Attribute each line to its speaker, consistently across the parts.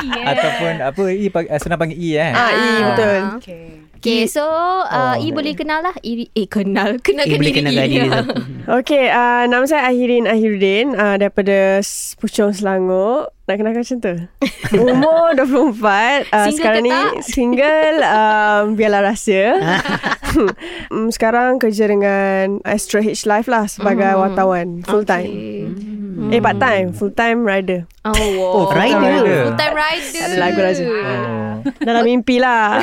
Speaker 1: Yeah.
Speaker 2: Ataupun apa, I, pag- eh, senang panggil I eh.
Speaker 3: ah,
Speaker 4: E,
Speaker 3: i betul.
Speaker 1: Okay.
Speaker 5: Okay, so uh,
Speaker 2: Oh,
Speaker 5: I boleh kenal lah. Iri, eh, kenal. Kenalkan
Speaker 6: Eh, boleh
Speaker 5: diri I.
Speaker 6: kenalkan diri satu.
Speaker 3: Okey, uh, nama saya Akhirin Akhirudin uh, daripada S- Puchong Selangor. Nak kenalkan macam tu? Umur 24. Uh,
Speaker 5: Single
Speaker 3: sekarang
Speaker 5: ke
Speaker 3: ni
Speaker 5: tak?
Speaker 3: single. Um, biarlah rahsia. um, sekarang kerja dengan Astro H Life lah sebagai wartawan. Full time. Eh, part time. Full time rider.
Speaker 5: Oh, wow.
Speaker 6: Oh, rider.
Speaker 5: Full time rider.
Speaker 3: Ada lagu Raja.
Speaker 2: Oh.
Speaker 3: Dalam mimpi lah.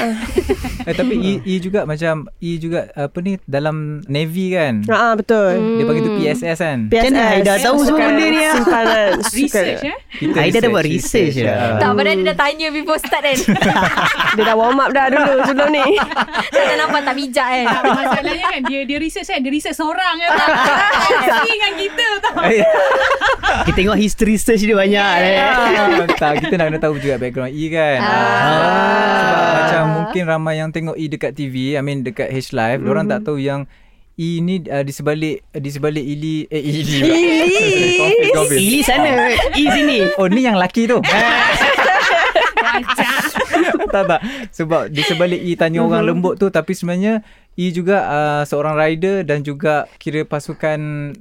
Speaker 2: Eh, tapi I, I juga macam, I juga apa ni, dalam Navy kan.
Speaker 3: Ah, ah, betul.
Speaker 2: Dia panggil tu PSS kan.
Speaker 6: Macam mana Haida tahu semua
Speaker 3: Sukan
Speaker 6: benda ni, ah?
Speaker 3: simpanan, sukan-
Speaker 1: Research eh.
Speaker 2: Kita
Speaker 6: Haidar dah buat research dah.
Speaker 2: Ah.
Speaker 5: Tak, padahal dia dah tanya before start kan.
Speaker 3: Dia dah warm up dah dulu sebelum ni.
Speaker 5: tak tak nampak tak bijak kan.
Speaker 1: Tak, Masalahnya kan dia dia research kan. Dia research seorang kan. Sini dengan kita tau.
Speaker 2: Eh,
Speaker 6: Kita tengok history search dia banyak. eh.
Speaker 2: ah,
Speaker 6: Yeah.
Speaker 2: tak, kita nak kena tahu juga background I kan.
Speaker 5: Ah.
Speaker 2: Sebab macam mungkin ramai yang tengok E dekat TV, I mean dekat H Live, mm-hmm. orang
Speaker 6: Mhm.
Speaker 2: tak tahu yang E ni uh, di sebalik di sebalik Ili eh Ili. pula. Confuse,
Speaker 6: Eh.
Speaker 2: confuse.
Speaker 6: Ili sana. I sini.
Speaker 2: Oh ni yang laki tu. tak tak Sebab di sebalik E tanya
Speaker 6: Mhm.
Speaker 2: orang lembut tu Tapi sebenarnya E juga uh, seorang rider Dan juga kira pasukan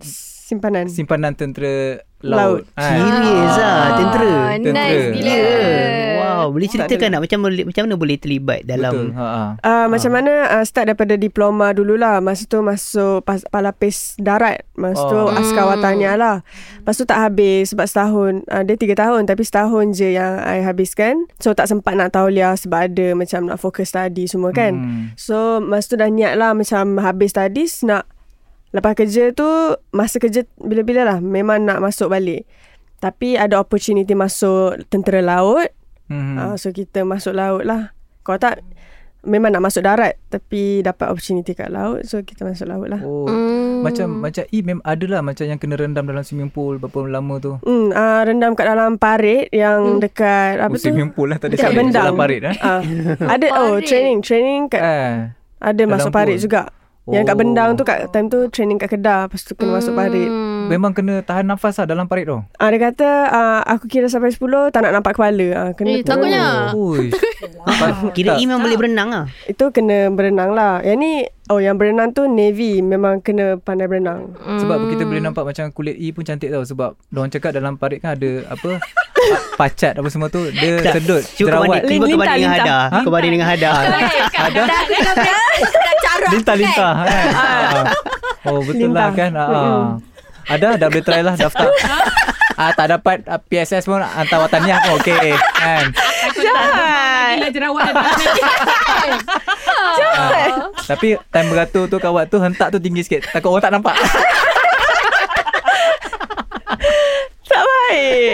Speaker 3: Simpanan.
Speaker 2: simpanan tentera
Speaker 3: Laut.
Speaker 2: laut, Ha.
Speaker 6: Serius lah, tentera.
Speaker 5: Ah, Nice
Speaker 2: Tentera.
Speaker 5: gila.
Speaker 6: Wow, boleh ceritakan nak macam boleh- macam mana boleh terlibat
Speaker 2: Betul
Speaker 6: dalam
Speaker 2: ha, ha.
Speaker 3: Uh, Macam mana uh, start daripada diploma dululah Masa tu masuk pas, palapis darat Masa tu
Speaker 2: Oh.
Speaker 3: askar watania lah Lepas tu tak habis sebab setahun uh, Dia tiga tahun tapi setahun je yang I habiskan So tak sempat nak tauliah sebab ada macam nak fokus study semua kan
Speaker 2: Hmm.
Speaker 3: So masa tu dah niat lah macam habis studies nak Lepas kerja tu masa kerja bila-bila lah memang nak masuk balik Tapi ada opportunity masuk tentera laut
Speaker 2: Hmm.
Speaker 3: Hmm. Uh, so kita masuk laut lah. Kalau tak memang nak masuk darat tapi dapat opportunity kat laut so kita masuk laut lah.
Speaker 2: Oh. Macam macam E mem adalah macam yang kena rendam dalam swimming pool berapa lama tu.
Speaker 3: Hmm, uh, rendam kat dalam parit yang hmm. dekat
Speaker 2: Oh,
Speaker 3: apa tu?
Speaker 2: swimming pool lah tadi
Speaker 3: Dekat bendang.
Speaker 2: Dalam parit eh.
Speaker 3: Uh, ada oh
Speaker 5: Parit.
Speaker 3: training training kat
Speaker 2: Eh.
Speaker 3: ada
Speaker 2: dalam
Speaker 3: masuk parit
Speaker 2: pool.
Speaker 3: juga. Oh. Yang kat bendang tu kat time tu training kat Kedah lepas tu kena masuk parit.
Speaker 2: Memang kena tahan nafas lah dalam parit tu.
Speaker 3: Ah uh, dia kata uh, aku kira sampai 10 tak nak nampak kepala. Uh, kena
Speaker 5: Eh,
Speaker 2: lah.
Speaker 5: takutnya. Ah.
Speaker 2: Ui.
Speaker 6: Ah, Kira I memang boleh berenang lah.
Speaker 3: Itu kena berenang lah. Yang ni oh yang berenang tu navy memang kena pandai berenang.
Speaker 2: Sebab kita boleh nampak macam kulit E pun cantik tau sebab diorang cakap dalam parit kan ada apa pa- pacat apa semua tu dia
Speaker 6: Tak,
Speaker 2: sedut
Speaker 6: Cuba
Speaker 2: jerawat.
Speaker 6: kau banding dengan Hada. Kau banding dengan Hada.
Speaker 5: Ada. Dah, dah, dah, dah cara.
Speaker 2: Lintah-lintah kan. Ah. Oh betul lah
Speaker 3: Lintah.
Speaker 2: kan. Ah, ah. Ada dah boleh try lah daftar. Ah tak dapat ah, PSS pun hantar wataniah pun okey kan.
Speaker 1: Gila jerawat ada.
Speaker 2: Ah. Tapi time beratur tu kawat tu hentak tu tinggi sikit. Takut orang tak nampak.
Speaker 3: Tak baik.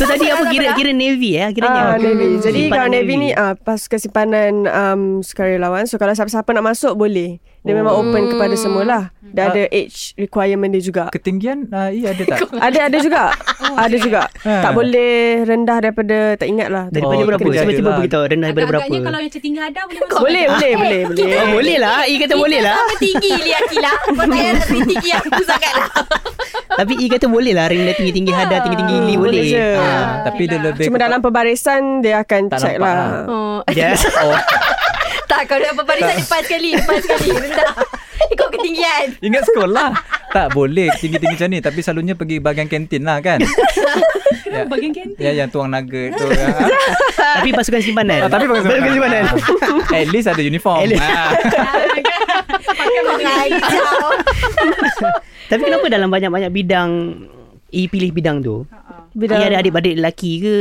Speaker 6: So tadi apa kira kira Navy eh
Speaker 3: Ah,
Speaker 6: kiranya.
Speaker 3: Navy.
Speaker 2: Hmm.
Speaker 3: Jadi
Speaker 6: Simpanan
Speaker 3: kalau Navy ni ah pasukan simpanan um, sukarelawan. So kalau siapa-siapa nak masuk boleh.
Speaker 2: Oh.
Speaker 3: Dia
Speaker 2: Hmm.
Speaker 3: memang open kepada semualah. Dan ada age requirement dia juga.
Speaker 2: Ketinggian uh, E ada tak?
Speaker 3: Ada ada juga. ada juga.
Speaker 2: Ah.
Speaker 3: Tak boleh rendah daripada tak ingat lah.
Speaker 6: Daripada
Speaker 2: Oh,
Speaker 6: berapa?
Speaker 2: kena
Speaker 6: Cuba
Speaker 2: ada
Speaker 6: cuba
Speaker 2: lah.
Speaker 6: beritahu rendah daripada berapa?
Speaker 1: Agaknya kalau yang tertinggal ada boleh masuk.
Speaker 3: Boleh boleh boleh boleh.
Speaker 6: Oh, boleh lah. I kata boleh lah.
Speaker 5: Sama tinggi Lia Akila. Lah, Kau tak payah nak tinggi aku sangat lah.
Speaker 6: Tapi I kata boleh lah Ring dia tinggi-tinggi Hada tinggi-tinggi Ili
Speaker 3: Boleh
Speaker 6: boleh
Speaker 3: je.
Speaker 2: Ah, tapi dia lebih
Speaker 3: Cuma
Speaker 2: kepa-
Speaker 3: dalam pembarisan dia akan
Speaker 2: Tak
Speaker 3: check
Speaker 2: nampak ha.
Speaker 3: lah.
Speaker 5: Oh.
Speaker 6: Yes
Speaker 2: Oh,
Speaker 5: Tak, kalau nak berparisan depan sekali. Depan sekali. Rendah. Ikut ketinggian.
Speaker 2: ingat sekolah. tak boleh tinggi-tinggi macam ni tapi selalunya pergi bahagian kantin lah kan.
Speaker 1: Kenapa bagian kantin?
Speaker 2: ya yang tuang nugget tu. Ah,
Speaker 6: Tapi pasukan simpanan
Speaker 2: tapi bagus.
Speaker 6: Pasukan simpanan
Speaker 2: Ah. At least ada uniform.
Speaker 6: At least.
Speaker 2: Ah.
Speaker 1: Pakai
Speaker 5: Kacau.
Speaker 6: Tapi kenapa dalam banyak-banyak bidang I pilih bidang tu? Ah, Bidang. I ada adik-adik lelaki ke?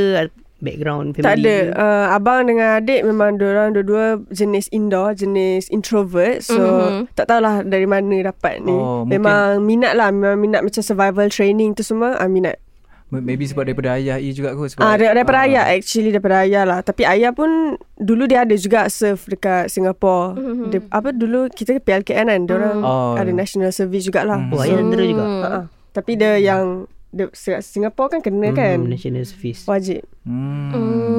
Speaker 6: Background family?
Speaker 3: Tak ada. Uh, abang dengan adik memang diorang dua-dua jenis indoor, jenis introvert. So,
Speaker 5: Mhm.
Speaker 3: mm-hmm. tak tahulah dari mana dapat ni.
Speaker 2: Oh,
Speaker 3: Oh,
Speaker 2: mungkin-
Speaker 3: memang minat lah. Memang minat macam survival training tu semua. Ah, minat.
Speaker 2: Maybe sebab daripada ayah I juga kot sebab
Speaker 3: Ah, dar-
Speaker 2: Ah.
Speaker 3: daripada ayah. Actually, daripada ayah lah. Tapi ayah pun dulu dia ada juga surf dekat Singapore.
Speaker 5: Mhm.
Speaker 3: Mm-hmm. Dia, apa dulu kita ke PLKN kan. Diorang
Speaker 2: Oh.
Speaker 3: ada national service jugalah.
Speaker 2: Mhm.
Speaker 6: Oh, ayah tentera juga?
Speaker 3: So, ah, ah. Tapi dia yang... Dia, Singapore kan kena
Speaker 2: Mhm.
Speaker 3: kan.
Speaker 6: Hmm, National Service.
Speaker 3: Wajib.
Speaker 2: Hmm,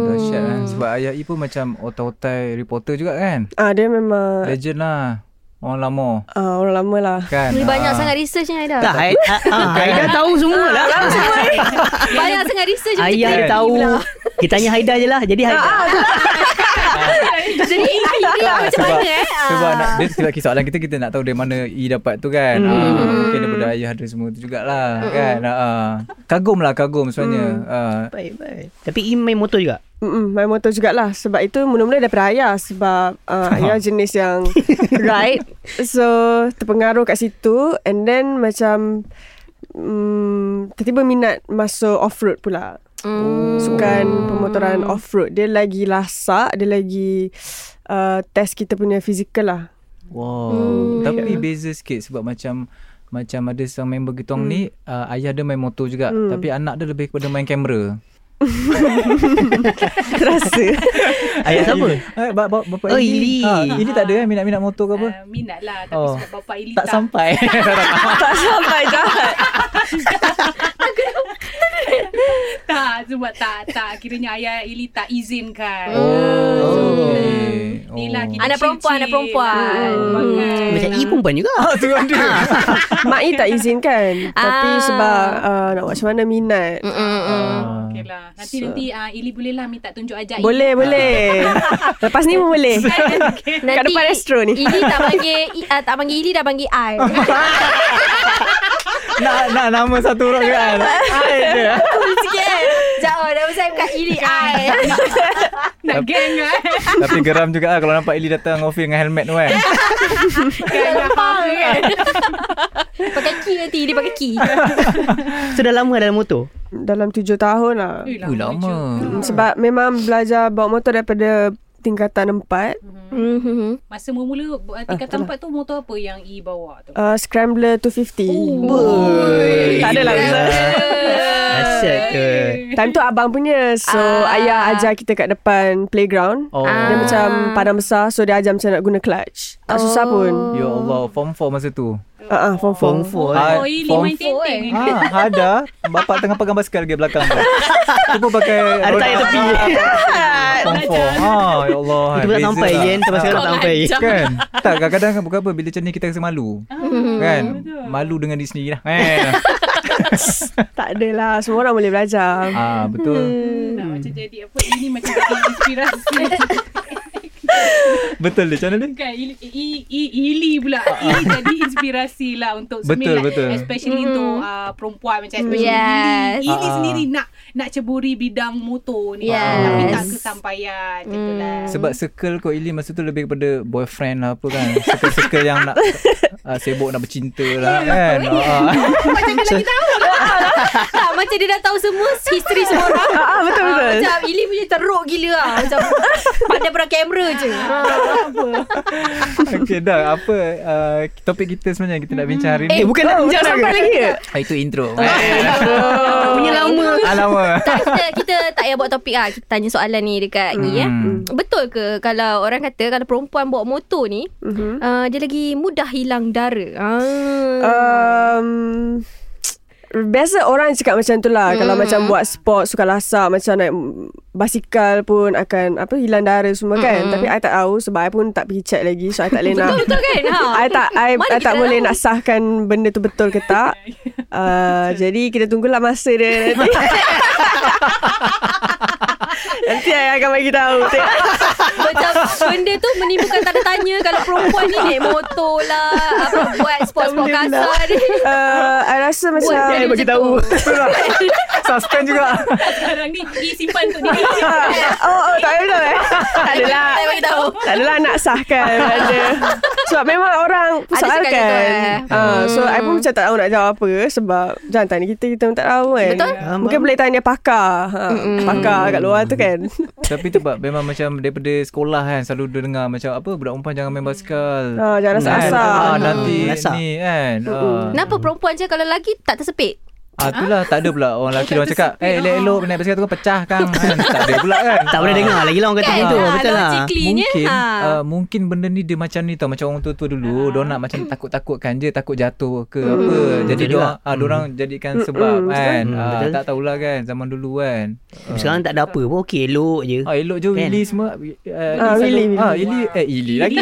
Speaker 2: dahsyat kan Sebab ayah I pun macam Otai-otai reporter juga kan
Speaker 3: Ah, dia memang...
Speaker 2: Legend lah Orang lama
Speaker 3: Ah, orang lama lah.
Speaker 2: Kan
Speaker 5: Ni
Speaker 2: Ah.
Speaker 5: banyak sangat research ni Aida.
Speaker 6: Tak, I, ah, ah, I dah tahu semua lah.
Speaker 5: Banyak sangat research macam
Speaker 6: Ayah
Speaker 5: kita
Speaker 6: dah
Speaker 5: ni
Speaker 6: tahu.
Speaker 5: pula.
Speaker 6: Kita tanya Haida je lah. Jadi Haida.
Speaker 5: Jadi ini macam
Speaker 2: sebab,
Speaker 5: mana eh? Ah.
Speaker 2: Sebab nak, dia sebab kisah soalan kita Kita nak tahu dari mana I dapat tu kan mm. ah,
Speaker 5: Hmm.
Speaker 2: Mungkin daripada ayah ada semua tu jugalah mm. Kan ah, Kagum lah kagum sebenarnya
Speaker 3: Hmm.
Speaker 2: mm. ah,
Speaker 6: Baik, baik. Tapi I main motor juga.
Speaker 3: Mm-mm, main motor jugalah Sebab itu mula-mula daripada ayah Sebab uh, ayah jenis yang ride So terpengaruh kat situ And then macam mm, Tiba-tiba minat masuk off-road pula
Speaker 5: Hmm.
Speaker 3: Sukan pemotoran off-road Dia lagi lasak Dia lagi uh, test kita punya fizikal lah
Speaker 2: Wow Tapi beza sikit Sebab macam Macam ada seorang member kita orang ni ah, Ayah dia main motor juga Tapi anak dia lebih kepada main kamera
Speaker 3: Terasa
Speaker 6: Ayah siapa?
Speaker 2: Eh, ba- ba- Bapak
Speaker 6: Oh, Ili.
Speaker 2: Ah, Ili tak ada eh Minat-minat motor ke apa
Speaker 1: Uh, minat lah Tapi
Speaker 2: Oh.
Speaker 1: oh. sebab bapak Ili
Speaker 2: Tak sampai
Speaker 3: Tak sampai jahat
Speaker 1: tak Sebab tak tak Kiranya ayah Ili tak izinkan
Speaker 2: Oh.
Speaker 1: Ni lah kita
Speaker 5: Anak perempuan, anak perempuan.
Speaker 1: Pakai
Speaker 6: Macam I pun juga.
Speaker 2: Ah, tu kan dia.
Speaker 3: Mak I tak izinkan Tapi
Speaker 5: Ah.
Speaker 3: sebab uh, Nak buat macam mana minat
Speaker 2: Ah.
Speaker 1: Oh, okay lah. Nanti so. nanti uh, Ili boleh lah minta tunjuk ajaib.
Speaker 3: Boleh boleh Lepas ni pun boleh
Speaker 5: Nanti
Speaker 3: Kat depan resto ni.
Speaker 5: Ili tak panggil I- ah, tak panggil Ili dah panggil I.
Speaker 2: Nak nak nama satu orang kan. Ai dia.
Speaker 5: Sikit. Jauh dah saya bukan Ili I.
Speaker 1: Nak geng lah.
Speaker 2: Tapi geram juga lah kalau nampak Ili datang ngopi dengan helmet tu kan.
Speaker 1: Geng lah.
Speaker 5: kan? Pakai ki nanti Ili pakai ki.
Speaker 3: Hmm.
Speaker 6: So dah lama dalam motor?
Speaker 3: Dalam tujuh tahun lah
Speaker 1: Ui,
Speaker 2: Ui lama.
Speaker 5: Hmm.
Speaker 3: Sebab memang belajar bawa motor daripada tingkatan empat
Speaker 5: Mhm.
Speaker 1: Masa mula-mula uh, tingkatan empat tu motor apa yang E bawa tu?
Speaker 3: uh, Scrambler
Speaker 5: Oh,
Speaker 3: 250 Tak adalah besar
Speaker 6: Asyik tu.
Speaker 3: Time tu abang punya So
Speaker 5: Ah.
Speaker 3: ayah ajar kita kat depan playground
Speaker 2: Oh.
Speaker 3: Dia macam padang besar So dia ajar macam nak guna clutch Tak susah
Speaker 5: Oh.
Speaker 3: pun
Speaker 2: Ya Allah, form 4 masa tu.
Speaker 3: uh, uh, Form
Speaker 6: Form
Speaker 3: 4
Speaker 6: 4.
Speaker 2: Ah,
Speaker 1: Oh, Ili
Speaker 2: form
Speaker 1: main
Speaker 5: four, eh.
Speaker 1: tenting.
Speaker 2: Ah, ada bapak tengah pegang basikal lagi belakang tu. Tu pun pakai
Speaker 6: Ada tayar tepi.
Speaker 2: Form 4. Ha, ya Allah.
Speaker 6: Kita pun tak
Speaker 2: beza
Speaker 6: sampai
Speaker 2: lah.
Speaker 6: Jen. Sampai sekarang tak sampai.
Speaker 2: Kan? Tak, kadang-kadang kan bukan apa. Bila macam ni kita rasa malu.
Speaker 1: Hmm,
Speaker 2: Kan? Malu dengan diri sendiri lah. Eh.
Speaker 3: Tak adalah Semua orang boleh belajar
Speaker 2: Ah, betul.
Speaker 1: Nak macam jadi apa Ini macam jadi inspirasi
Speaker 2: Betul dia macam mana ni?
Speaker 1: Kan Ili, I- I- Ili E pula Ili jadi inspirasi lah Untuk
Speaker 2: Ah. Betul,
Speaker 1: semua
Speaker 2: betul.
Speaker 1: Especially untuk uh, Perempuan macam Especially
Speaker 5: Yes.
Speaker 1: Ili Ili
Speaker 2: Ah.
Speaker 1: sendiri nak Nak ceburi bidang motor ni
Speaker 5: Yes.
Speaker 1: Tapi tak kesampaian Macam tu lah
Speaker 2: Sebab circle kau Ili masa tu lebih kepada boyfriend lah apa kan. Circle-circle yang nak uh, sibuk nak bercinta lah kan. Ah, ah.
Speaker 5: Tak macam dia dah tahu semua history semua orang.
Speaker 3: Ah, betul,
Speaker 5: Ah,
Speaker 3: betul.
Speaker 5: Macam Ili punya teruk gila lah. Macam pandai perang kamera je. Ah.
Speaker 2: Okey dah apa uh, topik kita sebenarnya yang kita nak bincang hari ni.
Speaker 6: Eh, bukan nak bincang
Speaker 3: Sampai lagi ke?
Speaker 2: Ah, itu intro.
Speaker 6: Punya lama.
Speaker 2: Alamak.
Speaker 5: Tak, kita, kita tak payah buat topik lah. Kita tanya soalan ni dekat hmm. ni eh.
Speaker 2: Hmm.
Speaker 5: Betul ke kalau orang kata kalau perempuan bawa motor ni,
Speaker 3: Mhm.
Speaker 5: uh, dia lagi mudah hilang dara. Ah.
Speaker 3: Um, Biasa orang cakap macam tu
Speaker 5: Hmm.
Speaker 3: lah Kalau macam buat sport Suka lasak Macam naik basikal pun Akan apa hilang dara semua
Speaker 5: Hmm.
Speaker 3: kan Tapi I tak tahu Sebab I pun tak pergi check lagi So I tak boleh nak
Speaker 5: Betul kan? Ha.
Speaker 3: I tak I,
Speaker 5: Mana
Speaker 3: I
Speaker 5: kita
Speaker 3: tak
Speaker 5: dah
Speaker 3: boleh
Speaker 5: tahu?
Speaker 3: nak sahkan Benda tu betul ke tak Eh, uh, Jadi kita tunggulah masa dia nanti Nanti saya akan bagi tahu. Eh, Tengok.
Speaker 5: Macam benda tu menimbulkan tanda tanya kalau perempuan ni naik motor lah, apa buat sport-sport
Speaker 3: Tak boleh lah. pula.
Speaker 5: kasar ni.
Speaker 3: Uh, I rasa macam
Speaker 5: Buat dia
Speaker 6: bagi
Speaker 5: macam
Speaker 6: tahu.
Speaker 5: tu.
Speaker 2: Suspend juga.
Speaker 1: Sekarang ni pergi simpan untuk diri.
Speaker 3: Oh, oh tak ada eh. tak adalah.
Speaker 5: Tak bagi tahu.
Speaker 3: Tak adalah nak sahkan ada. Sebab memang orang
Speaker 5: suka
Speaker 3: persoalkan.
Speaker 5: gitu, eh.
Speaker 3: Ah, So, I pun macam tak tahu nak jawab apa sebab jangan tanya kita, kita pun tak tahu kan.
Speaker 5: Betul.
Speaker 3: Mungkin boleh tanya pakar. Ha, pakar kat luar tu kan.
Speaker 2: Tapi tu bab memang macam daripada sekolah kan selalu dia dengar macam apa budak perempuan jangan main basikal.
Speaker 6: Oh,
Speaker 3: Ah, jangan rasa
Speaker 2: Kan?
Speaker 3: asal.
Speaker 2: Ah, nanti
Speaker 6: Asal.
Speaker 2: ni kan. Ah.
Speaker 5: Kenapa perempuan je kalau lelaki tak tersepit?
Speaker 2: Ah, itulah tak ada pula orang lelaki orang cakap, "Eh, elok-elok
Speaker 6: Oh.
Speaker 2: naik basikal tu kan pecah kang." Kan? tak ada pula kan.
Speaker 6: Tak boleh
Speaker 2: Ah.
Speaker 6: dengar lagi lah orang kata gitu.
Speaker 5: Ah,
Speaker 6: Betul lah.
Speaker 5: logically-nya,
Speaker 2: Mungkin
Speaker 5: ha.
Speaker 2: uh, mungkin benda ni dia macam ni tau macam orang tua-tua dulu
Speaker 6: Ah.
Speaker 2: uh. nak macam takut-takutkan je takut jatuh ke apa jadi
Speaker 6: Betul
Speaker 2: dia
Speaker 6: juga.
Speaker 2: ah orang jadikan sebab kan
Speaker 6: Hmm,
Speaker 2: Ah,
Speaker 6: betul.
Speaker 2: tak tahulah kan zaman dulu kan
Speaker 6: Tapi Sekarang tak ada apa pun. Okey, elok je.
Speaker 2: ah elok je
Speaker 6: Kan?
Speaker 2: Willy semua uh,
Speaker 3: Ah, Willy, Willy.
Speaker 2: ah Willy eh Ili lagi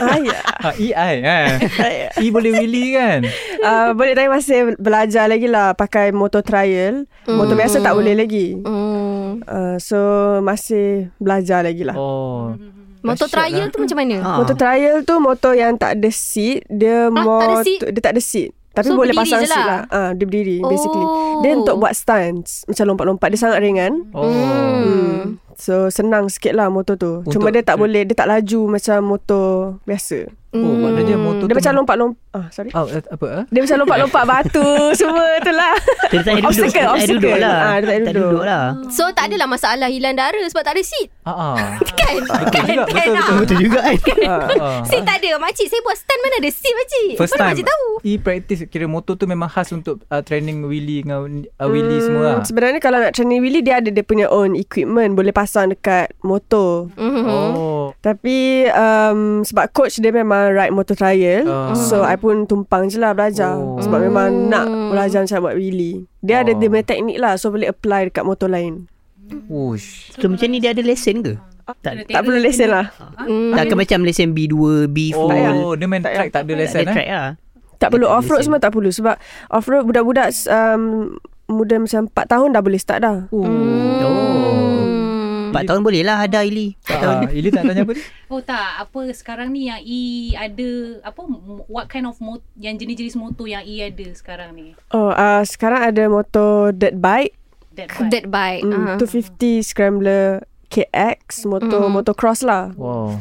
Speaker 3: Ah, ya.
Speaker 2: ah EI eh E boleh Willy kan
Speaker 3: Ah, boleh tanya masih belajar lagi lah pakai motor trial.
Speaker 5: Mm.
Speaker 3: Motor biasa tak boleh lagi.
Speaker 5: Hmm.
Speaker 3: Uh, so masih belajar lagi lah.
Speaker 2: oh
Speaker 5: Motor
Speaker 2: Dahsyat
Speaker 5: trial tu macam mana?
Speaker 6: Ah.
Speaker 3: Motor trial tu motor yang tak ada seat,
Speaker 5: Ah,
Speaker 3: dia
Speaker 5: tak ada
Speaker 3: motor
Speaker 5: seat?
Speaker 3: dia tak ada seat. Tapi
Speaker 5: So,
Speaker 3: boleh
Speaker 5: berdiri
Speaker 3: pasang
Speaker 5: je
Speaker 3: seat
Speaker 5: lah.
Speaker 3: lah. Ah, dia berdiri oh. basically.
Speaker 5: Oh.
Speaker 3: Dia untuk buat stunts, macam lompat-lompat dia sangat ringan.
Speaker 2: oh
Speaker 5: Hmm.
Speaker 3: So senang sikit lah motor tu. Untuk Cuma
Speaker 2: Untuk-
Speaker 3: dia tak boleh, dia tak laju macam motor biasa.
Speaker 2: oh maknanya motor
Speaker 3: Dia
Speaker 2: tu
Speaker 3: macam lompat-lompat. Ah, sorry.
Speaker 2: oh, eh, apa eh?
Speaker 3: Dia macam lompat-lompat batu semua tu lah.
Speaker 6: Dia tak ada duduk.
Speaker 3: Obstacle,
Speaker 6: Tak ada duduk
Speaker 3: obstacle.
Speaker 6: lah.
Speaker 3: Ah, dia tak ada
Speaker 6: Tak ada
Speaker 3: duduk.
Speaker 6: duduk lah.
Speaker 5: So tak adalah masalah hilang dara sebab tak ada seat.
Speaker 2: ah ah
Speaker 5: Kan? kan? kan?
Speaker 2: juga, betul, betul.
Speaker 5: Ah.
Speaker 6: Betul juga kan.
Speaker 3: Ah.
Speaker 2: Ah.
Speaker 5: Seat tak ada. Makcik saya buat stand mana ada seat makcik.
Speaker 2: First
Speaker 5: Mana
Speaker 2: time
Speaker 5: makcik tahu?
Speaker 2: E-practice Kira motor tu memang khas Untuk uh, training Willy Dengan uh, Willy
Speaker 3: Mm.
Speaker 2: semua lah.
Speaker 3: Hmm, Sebenarnya kalau nak training Willy dia ada dia punya own equipment, boleh pasang dekat motor.
Speaker 4: Mm.
Speaker 5: Mhm.
Speaker 2: Oh
Speaker 3: Tapi um, sebab coach dia memang ride motor trial
Speaker 2: Ah.
Speaker 3: uh. So I pun tumpang je lah belajar
Speaker 2: Oh.
Speaker 3: oh. Sebab memang nak belajar macam buat wheelie Dia ada
Speaker 2: Oh.
Speaker 3: dia punya teknik lah So boleh apply dekat motor lain
Speaker 2: Ush
Speaker 6: So macam ni dia ada lesen ke? Tak,
Speaker 1: Kena
Speaker 3: Tak
Speaker 1: tengok
Speaker 3: perlu
Speaker 1: dia
Speaker 3: lesen
Speaker 1: kena-
Speaker 3: lah
Speaker 5: Mm.
Speaker 6: takkan macam lesen B2, B4.
Speaker 2: Oh,
Speaker 3: payah.
Speaker 2: dia main
Speaker 3: Tak
Speaker 2: track tak ada
Speaker 6: Ada
Speaker 2: lesson eh.
Speaker 6: track lah.
Speaker 3: Tak perlu
Speaker 6: Tak perlu
Speaker 3: off-road
Speaker 6: lesen.
Speaker 3: semua tak perlu Sebab off-road budak-budak um, Muda macam 4 tahun dah boleh start dah
Speaker 2: Oh.
Speaker 5: Hmm. Mm.
Speaker 6: 4 Oh. tahun boleh lah ada Ili.
Speaker 2: Ah, Ili tak tanya apa ni?
Speaker 1: Oh tak, apa sekarang ni yang E ada apa m- what kind of mot yang jenis-jenis motor yang E ada sekarang ni?
Speaker 3: oh, uh, Sekarang ada motor dirt bike
Speaker 1: That part.
Speaker 5: That bike. Ah.
Speaker 3: mm, 250 Scrambler KX Motor
Speaker 5: Mm.
Speaker 3: motocross lah
Speaker 2: Wow.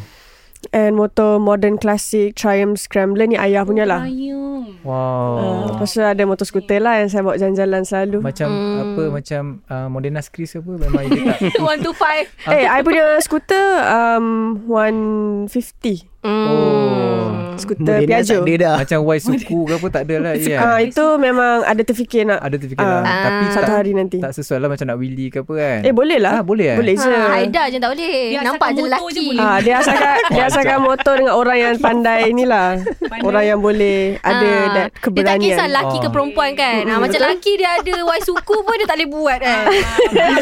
Speaker 3: And motor modern classic Triumph Scrambler ni ayah punya lah
Speaker 1: Ayum.
Speaker 2: Wow.
Speaker 3: Uh, lepas tu ada motor skuter lah yang saya bawa jalan-jalan selalu.
Speaker 2: Oh. macam apa macam uh, Modena Skris apa memang Ili tak.
Speaker 5: Uh-huh. 125.
Speaker 3: eh, I punya skuter um 150.
Speaker 5: Mm.
Speaker 2: Oh.
Speaker 3: Skuter Piaggio.
Speaker 6: Dia dah.
Speaker 2: Macam Y suku ke apa tak ada lah.
Speaker 3: Ah
Speaker 2: Yeah.
Speaker 3: itu memang ada terfikir nak
Speaker 2: Ada terfikir lah.
Speaker 3: Ah,
Speaker 2: Tapi
Speaker 3: satu
Speaker 2: tak,
Speaker 3: hari nanti.
Speaker 2: tak sesuai lah macam nak Willy ke apa kan.
Speaker 3: eh boleh lah.
Speaker 2: Ah, boleh eh?
Speaker 3: Boleh je.
Speaker 5: Ha, Haida je tak boleh.
Speaker 1: Dia
Speaker 5: Nampak
Speaker 1: asalkan
Speaker 5: je
Speaker 1: motor je
Speaker 5: lelaki.
Speaker 1: boleh.
Speaker 3: Ah, dia asalkan dia asalkan motor dengan orang yang pandai inilah.
Speaker 1: Pandai.
Speaker 3: Orang yang boleh ada
Speaker 5: Ah,
Speaker 3: that
Speaker 5: Dia tak
Speaker 3: keberanian.
Speaker 5: kisah lelaki ke
Speaker 2: Ah.
Speaker 5: perempuan kan. Ha, macam lelaki dia ada Y suku pun dia tak boleh buat kan.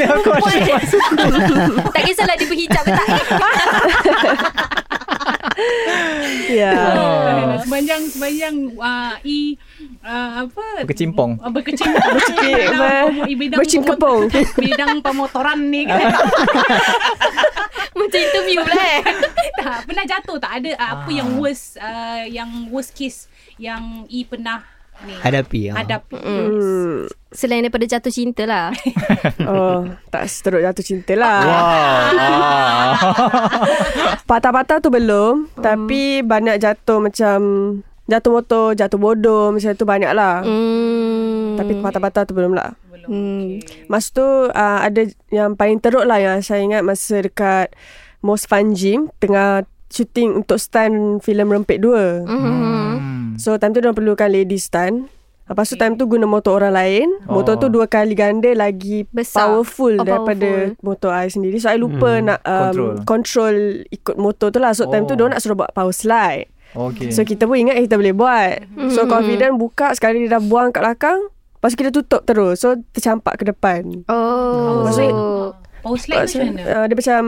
Speaker 6: Aku
Speaker 5: Perempuan tak kisahlah dia berhijab ke tak.
Speaker 3: Yeah.
Speaker 1: Ah, sepanjang sepanjang uh, E uh, apa
Speaker 2: Berkecimpung.
Speaker 1: Ah, berkecimpung eh,
Speaker 3: Bercekik,
Speaker 1: Dalam
Speaker 3: ber-
Speaker 1: bidang
Speaker 3: bercingkepung.
Speaker 1: pemot- bidang pemotoran ni kan
Speaker 3: Ah.
Speaker 5: macam interview lah eh.
Speaker 1: tak, pernah jatuh tak ada ah, apa yang worst uh, yang worst case yang E pernah ni
Speaker 6: Hadapi. ah.
Speaker 1: hadapi
Speaker 3: Hmm.
Speaker 5: Selain daripada jatuh cinta lah.
Speaker 3: Oh, tak seteruk jatuh cinta lah. Patah-patah tu belum hmm. Tapi banyak jatuh macam Jatuh motor Jatuh bodoh Macam tu banyak lah hmm.
Speaker 5: Hmm.
Speaker 3: Tapi patah-patah tu belum lah
Speaker 1: belum
Speaker 5: Hmm.
Speaker 3: Masa tu uh, Ada yang paling teruk lah Yang saya ingat Masa dekat Most Fun Gym Tengah shooting untuk stunt filem Rempit 2
Speaker 2: Hmm.
Speaker 3: So time tu dia perlukan lady stunt Lepas tu time tu guna motor orang lain oh. Motor
Speaker 2: Oh.
Speaker 3: tu dua kali ganda Lagi
Speaker 5: Besar.
Speaker 3: powerful
Speaker 5: Oh,
Speaker 3: oh, Daripada motor I sendiri So I lupa hmm. nak
Speaker 2: Control.
Speaker 3: um, control. control Ikut motor tu lah So
Speaker 2: Oh.
Speaker 3: time tu dia nak suruh buat power slide
Speaker 2: Okay.
Speaker 3: So kita pun ingat eh, kita boleh buat
Speaker 1: Mm-hmm.
Speaker 3: So confident buka Sekali dia dah buang kat belakang Lepas tu kita tutup terus So tercampak ke depan
Speaker 5: Oh.
Speaker 3: Maksud-
Speaker 1: Power slide macam mana?
Speaker 3: uh, Dia macam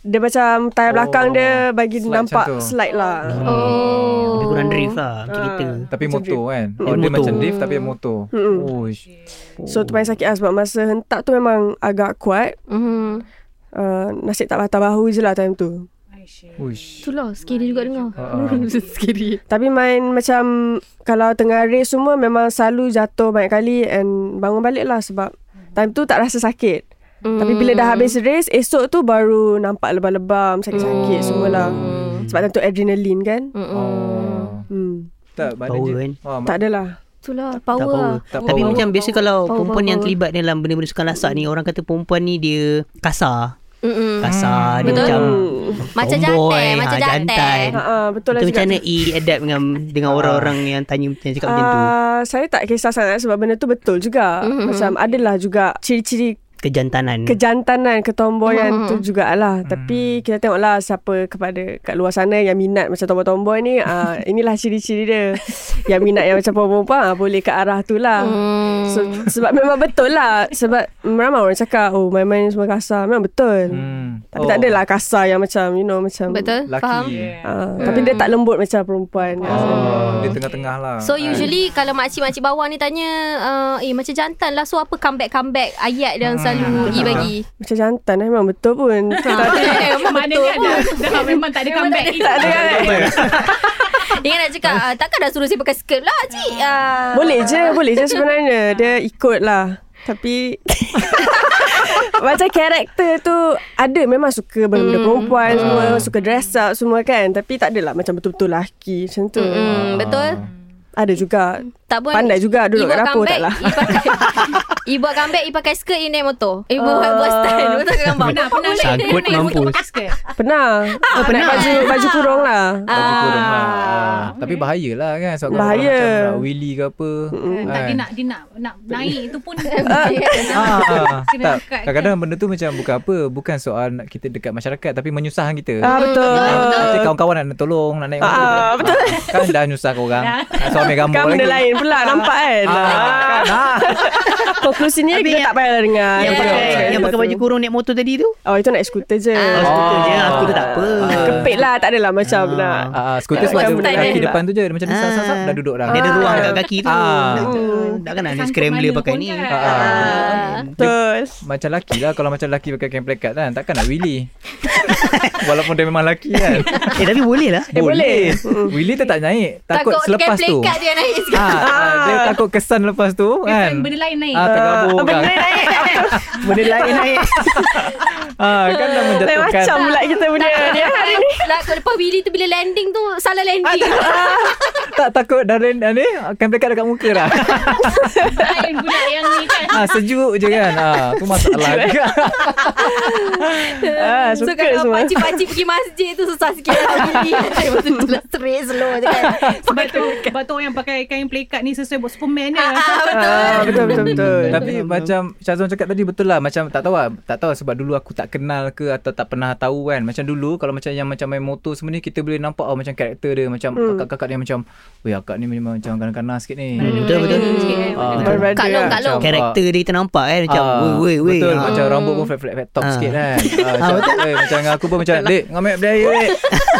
Speaker 3: Dia macam Tayar
Speaker 2: Oh.
Speaker 3: belakang dia Bagi
Speaker 2: Slide
Speaker 3: nampak
Speaker 2: macam tu.
Speaker 3: slide lah
Speaker 5: Oh.
Speaker 6: Lebih kurang drift lah Macam kita
Speaker 2: tapi motor kan.
Speaker 6: Eh,
Speaker 2: Oh, dia
Speaker 6: motor.
Speaker 2: macam drift tapi motor.
Speaker 3: Mm-mm.
Speaker 2: Oh. sh-
Speaker 3: So tu paling sakit lah Sebab masa hentak tu memang Agak kuat
Speaker 5: Mhm.
Speaker 3: uh, nasib tak patah bahu je lah time tu.
Speaker 1: Aisyah.
Speaker 2: Uish.
Speaker 4: Itulah scary juga dengar.
Speaker 2: Ah, ah.
Speaker 4: scary.
Speaker 3: Tapi main macam kalau tengah race semua memang selalu jatuh banyak kali and bangun balik lah sebab time tu tak rasa sakit. Mm. Tapi bila dah
Speaker 6: Hmm.
Speaker 3: habis race, esok tu baru nampak lebam-lebam, sakit-sakit
Speaker 6: Hmm.
Speaker 3: mm. semualah. Sebab time tu adrenalin kan.
Speaker 2: Oh.
Speaker 3: Hmm.
Speaker 2: Tak, mana
Speaker 6: Power
Speaker 2: je.
Speaker 6: kan?
Speaker 2: Ah,
Speaker 3: Tak adalah.
Speaker 4: Itulah
Speaker 6: Tak
Speaker 4: power
Speaker 6: power.
Speaker 4: lah.
Speaker 2: Tak
Speaker 6: Tapi
Speaker 2: power.
Speaker 6: macam biasa kalau
Speaker 4: Power,
Speaker 6: perempuan
Speaker 4: power.
Speaker 6: yang terlibat dalam benda-benda sukan lasak ni orang kata perempuan ni dia kasar. Hmm.
Speaker 4: Mm-mm.
Speaker 6: Kasar dia
Speaker 4: Betul.
Speaker 6: macam
Speaker 4: Macam
Speaker 6: tomboy,
Speaker 4: jantan, macam
Speaker 6: ah,
Speaker 4: jantan.
Speaker 3: Ha, ha, betul lah
Speaker 6: Itu macam
Speaker 3: cakap
Speaker 6: mana E adapt dengan dengan orang-orang yang tanya macam cakap macam tu.
Speaker 3: Ah, saya tak kisah sangat sebab benda tu betul juga.
Speaker 4: Mhm.
Speaker 6: Hmm.
Speaker 3: Mm-hmm. Macam adalah juga ciri-ciri Hmm.
Speaker 6: Kejantanan.
Speaker 3: kejantanan, ketomboyan mm-hmm. tu
Speaker 2: Mm.
Speaker 3: jugalah. Mm. Tapi kita tengoklah siapa kepada kat luar sana yang minat macam tomboy-tomboy ni, ah, inilah ciri-ciri dia. yang minat yang macam perempuan ah, boleh ke arah tu lah.
Speaker 4: Mm.
Speaker 3: So, sebab memang betul lah Sebab ramai orang cakap Oh main-main semua kasar Memang betul hmm.
Speaker 2: Hmm.
Speaker 3: Tapi oh. tak adalah kasar yang macam You know macam
Speaker 4: Betul?
Speaker 2: Laki.
Speaker 4: Faham?
Speaker 1: Yeah.
Speaker 3: Uh, Tapi dia tak lembut macam perempuan
Speaker 2: Oh, dia tengah-tengah lah.
Speaker 4: So usually kalau makcik-makcik bawah ni tanya uh, Eh macam jantan lah So apa comeback-comeback ayat yang selalu E bagi
Speaker 3: Macam jantan eh, Memang betul pun Tapi
Speaker 1: Mana kan dah, dah memang tak ada comeback.
Speaker 3: tak ada kan
Speaker 4: Ingat nak cakap uh, Takkan dah suruh saya pakai skirt lah cik uh,
Speaker 3: Boleh je Boleh je sebenarnya Dia ikut lah Tapi Macam karakter tu Ada memang suka Benda-benda
Speaker 6: Hmm.
Speaker 3: perempuan Semua Suka dress up Semua kan Tapi tak adalah Macam betul-betul laki Macam tu
Speaker 6: Hmm.
Speaker 2: Ah.
Speaker 4: mm, Betul?
Speaker 3: Ada juga
Speaker 4: Tak pun
Speaker 3: Pandai juga duduk kat dapur tak lah
Speaker 4: I pakai, I buat comeback I pakai skirt I naik motor
Speaker 3: Ah.
Speaker 4: I buat, uh, buat style Betul tak gambar
Speaker 1: Pernah, pernah.
Speaker 6: Sangkut mampus.
Speaker 3: Pernah
Speaker 6: Ah,
Speaker 3: oh, Pernah baju, baju kurung lah
Speaker 2: Baju kurung lah. Ah, Tapi bahaya lah kan. Sebab kalau
Speaker 3: Bahaya.
Speaker 2: orang macam nak willy ke apa.
Speaker 1: Tak, dia
Speaker 2: kan.
Speaker 1: nak, dia nak, nak naik tu pun Kena
Speaker 2: Ah, tak.
Speaker 1: dekat kan.
Speaker 2: Kadang-kadang benda tu macam bukan apa. Bukan soal nak kita dekat masyarakat. Tapi menyusahkan kita.
Speaker 3: Ah, betul.
Speaker 2: Kita kawan-kawan nak tolong. Nak naik motor.
Speaker 3: Ah, betul.
Speaker 2: Kan dah nyusahkan orang. Nak suami gambar
Speaker 3: Kan
Speaker 2: lagi.
Speaker 3: benda lain pula nampak kan.
Speaker 2: Ah,
Speaker 3: Ah.
Speaker 2: kan.
Speaker 3: Konklusinya kita tak payah dengar.
Speaker 6: Yang pakai
Speaker 3: Betul.
Speaker 6: Eh, yang pakai baju kurung naik motor tadi tu.
Speaker 3: Oh itu naik skuter je.
Speaker 6: Oh, skuter je. Aku tu tak apa.
Speaker 3: Ah, Kepit lah tak adalah macam
Speaker 6: Ah.
Speaker 3: nak.
Speaker 2: Ah, ah, skuter sebab
Speaker 3: Macam
Speaker 2: dia
Speaker 3: tak
Speaker 2: kaki
Speaker 3: ada.
Speaker 2: depan tu je. Dia macam dia sasap-sasap dah duduk dah.
Speaker 6: Dia ada ruang kat kaki tu.
Speaker 2: Ah.
Speaker 6: Takkan nak kan ada
Speaker 1: Sangkut
Speaker 6: scrambler
Speaker 1: mana
Speaker 6: pakai
Speaker 1: pun
Speaker 6: ni.
Speaker 1: kan.
Speaker 2: Ah, ah.
Speaker 3: Terus.
Speaker 2: Macam laki lah Kalau macam laki pakai kain plekat kan Takkan nak Willy Walaupun dia memang laki kan
Speaker 6: Eh tapi boleh lah.
Speaker 3: Eh, boleh.
Speaker 1: Mm.
Speaker 2: Willy tu tak naik Takut,
Speaker 4: Takut
Speaker 2: selepas
Speaker 4: pakai
Speaker 2: tu
Speaker 4: plekat dia naik skirt
Speaker 2: ah, ah, Dia takut kesan lepas tu
Speaker 1: Kesan
Speaker 2: kan
Speaker 1: benda lain naik.
Speaker 2: Ah, tergabung kan
Speaker 6: Benda lain naik.
Speaker 2: ah, Kan dah
Speaker 3: Lain
Speaker 2: menjatuhkan
Speaker 3: macam pula kita punya ni.
Speaker 4: lah kalau lepas Willy tu bila landing tu salah landing.
Speaker 3: Ah,
Speaker 2: Tak takut dah lain ah, ni Kain plekat dekat muka dah
Speaker 1: Lain pula yang ni kan.
Speaker 2: ah, Sejuk je kan ah, Tu masalah juga
Speaker 3: Ah,
Speaker 4: so
Speaker 3: suka
Speaker 4: kalau
Speaker 3: semua.
Speaker 4: pakcik-pakcik pergi masjid tu susah sikit lah Willy. Lepas tu tu lah straight slow je kan.
Speaker 1: Sebab tu, sebab tu orang yang pakai kain plekat ni sesuai buat Superman ya.
Speaker 3: Ah, betul betul betul.
Speaker 2: Tapi macam Syazwan cakap tadi betul lah Macam tak tahu lah Tak tahu sebab dulu aku tak kenal ke Atau tak pernah tahu kan Macam dulu Kalau macam yang macam main motor semua ni Kita boleh nampak oh, macam karakter dia Macam
Speaker 3: Hmm.
Speaker 2: kakak-kakak dia macam Weh akak ni memang macam kanak-kanak sikit ni
Speaker 3: Hmm.
Speaker 6: Betul betul.
Speaker 1: eh,
Speaker 2: Ah,
Speaker 3: Baru-baru
Speaker 4: Kak Long,
Speaker 3: lah.
Speaker 4: Kak Long.
Speaker 2: Macam,
Speaker 6: Karakter dia kita nampak kan macam
Speaker 2: ah,
Speaker 6: weh weh weh.
Speaker 2: Betul
Speaker 6: Ah.
Speaker 2: Macam rambut pun flat flat, flat top
Speaker 6: Ah.
Speaker 2: sikit kan Ah, Macam eh, macam dengan aku pun macam Dek ngamet berdaya dek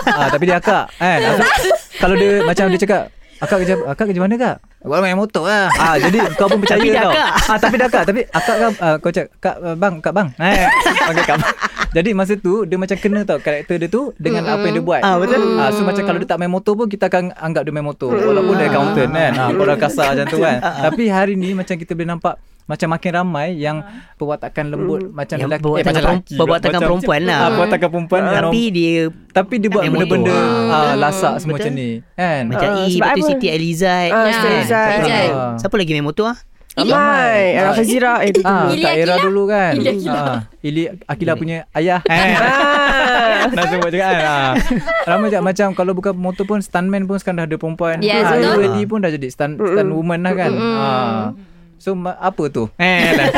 Speaker 2: Ah, Tapi dia akak kan Ah, so, Kalau dia macam dia cakap Akak kerja akak kerja mana kak? Aku main motor lah. Ah jadi kau pun percaya
Speaker 6: Tapi dia
Speaker 2: tau.
Speaker 6: akak.
Speaker 2: Ah tapi dah akak tapi akak kan ah, kau cakap kak ah, bang kak bang. Eh panggil kak bang. Jadi masa tu dia macam kena tau karakter dia tu dengan apa yang dia buat.
Speaker 6: Ah, betul.
Speaker 2: Ah so macam kalau dia tak main motor pun kita akan anggap dia main motor walaupun dia accountant kan. Ah orang kasar macam tu
Speaker 6: Ah,
Speaker 2: kan. Tapi hari ni macam kita boleh nampak macam makin ramai yang perwatakan lembut macam
Speaker 6: Yang
Speaker 2: lelaki Eh,
Speaker 6: perwatakan
Speaker 2: macam
Speaker 6: perem-
Speaker 2: lelaki
Speaker 6: perwatakan
Speaker 2: Macam-
Speaker 6: perempuan lah.
Speaker 2: Ah, perwatakan perempuan yang
Speaker 6: Tapi
Speaker 2: rom-
Speaker 6: dia
Speaker 2: tapi dia buat
Speaker 6: Yang
Speaker 2: benda-benda
Speaker 6: motor.
Speaker 2: ah, lasak semua
Speaker 6: Betul.
Speaker 2: macam ni kan.
Speaker 6: macam
Speaker 3: Ah,
Speaker 6: E
Speaker 3: sebab
Speaker 6: lepas tu
Speaker 3: apa?
Speaker 6: Siti Elizad.
Speaker 3: Ah,
Speaker 6: kan?
Speaker 4: Siti
Speaker 6: Siapa
Speaker 4: Elizad.
Speaker 6: lagi?
Speaker 2: Ah.
Speaker 6: Siapa lagi main motor ah?
Speaker 3: Amai. Arah Fazira. Eh, tu.
Speaker 2: Ah,
Speaker 4: Ili
Speaker 2: Ili tak era
Speaker 4: Akila.
Speaker 2: dulu kan.
Speaker 4: Ili Akila.
Speaker 2: Ah, Ili Akila punya ayah. Eh.
Speaker 3: Ah.
Speaker 2: Nak sebut juga kan. Ah. Ramai macam, macam kalau bukan motor pun stuntman pun sekarang dah ada perempuan.
Speaker 4: Yes,
Speaker 2: ah,
Speaker 4: betul.
Speaker 2: Lady pun dah jadi stunt stunt woman lah kan. Ah. So ma- apa tu? Eh lah.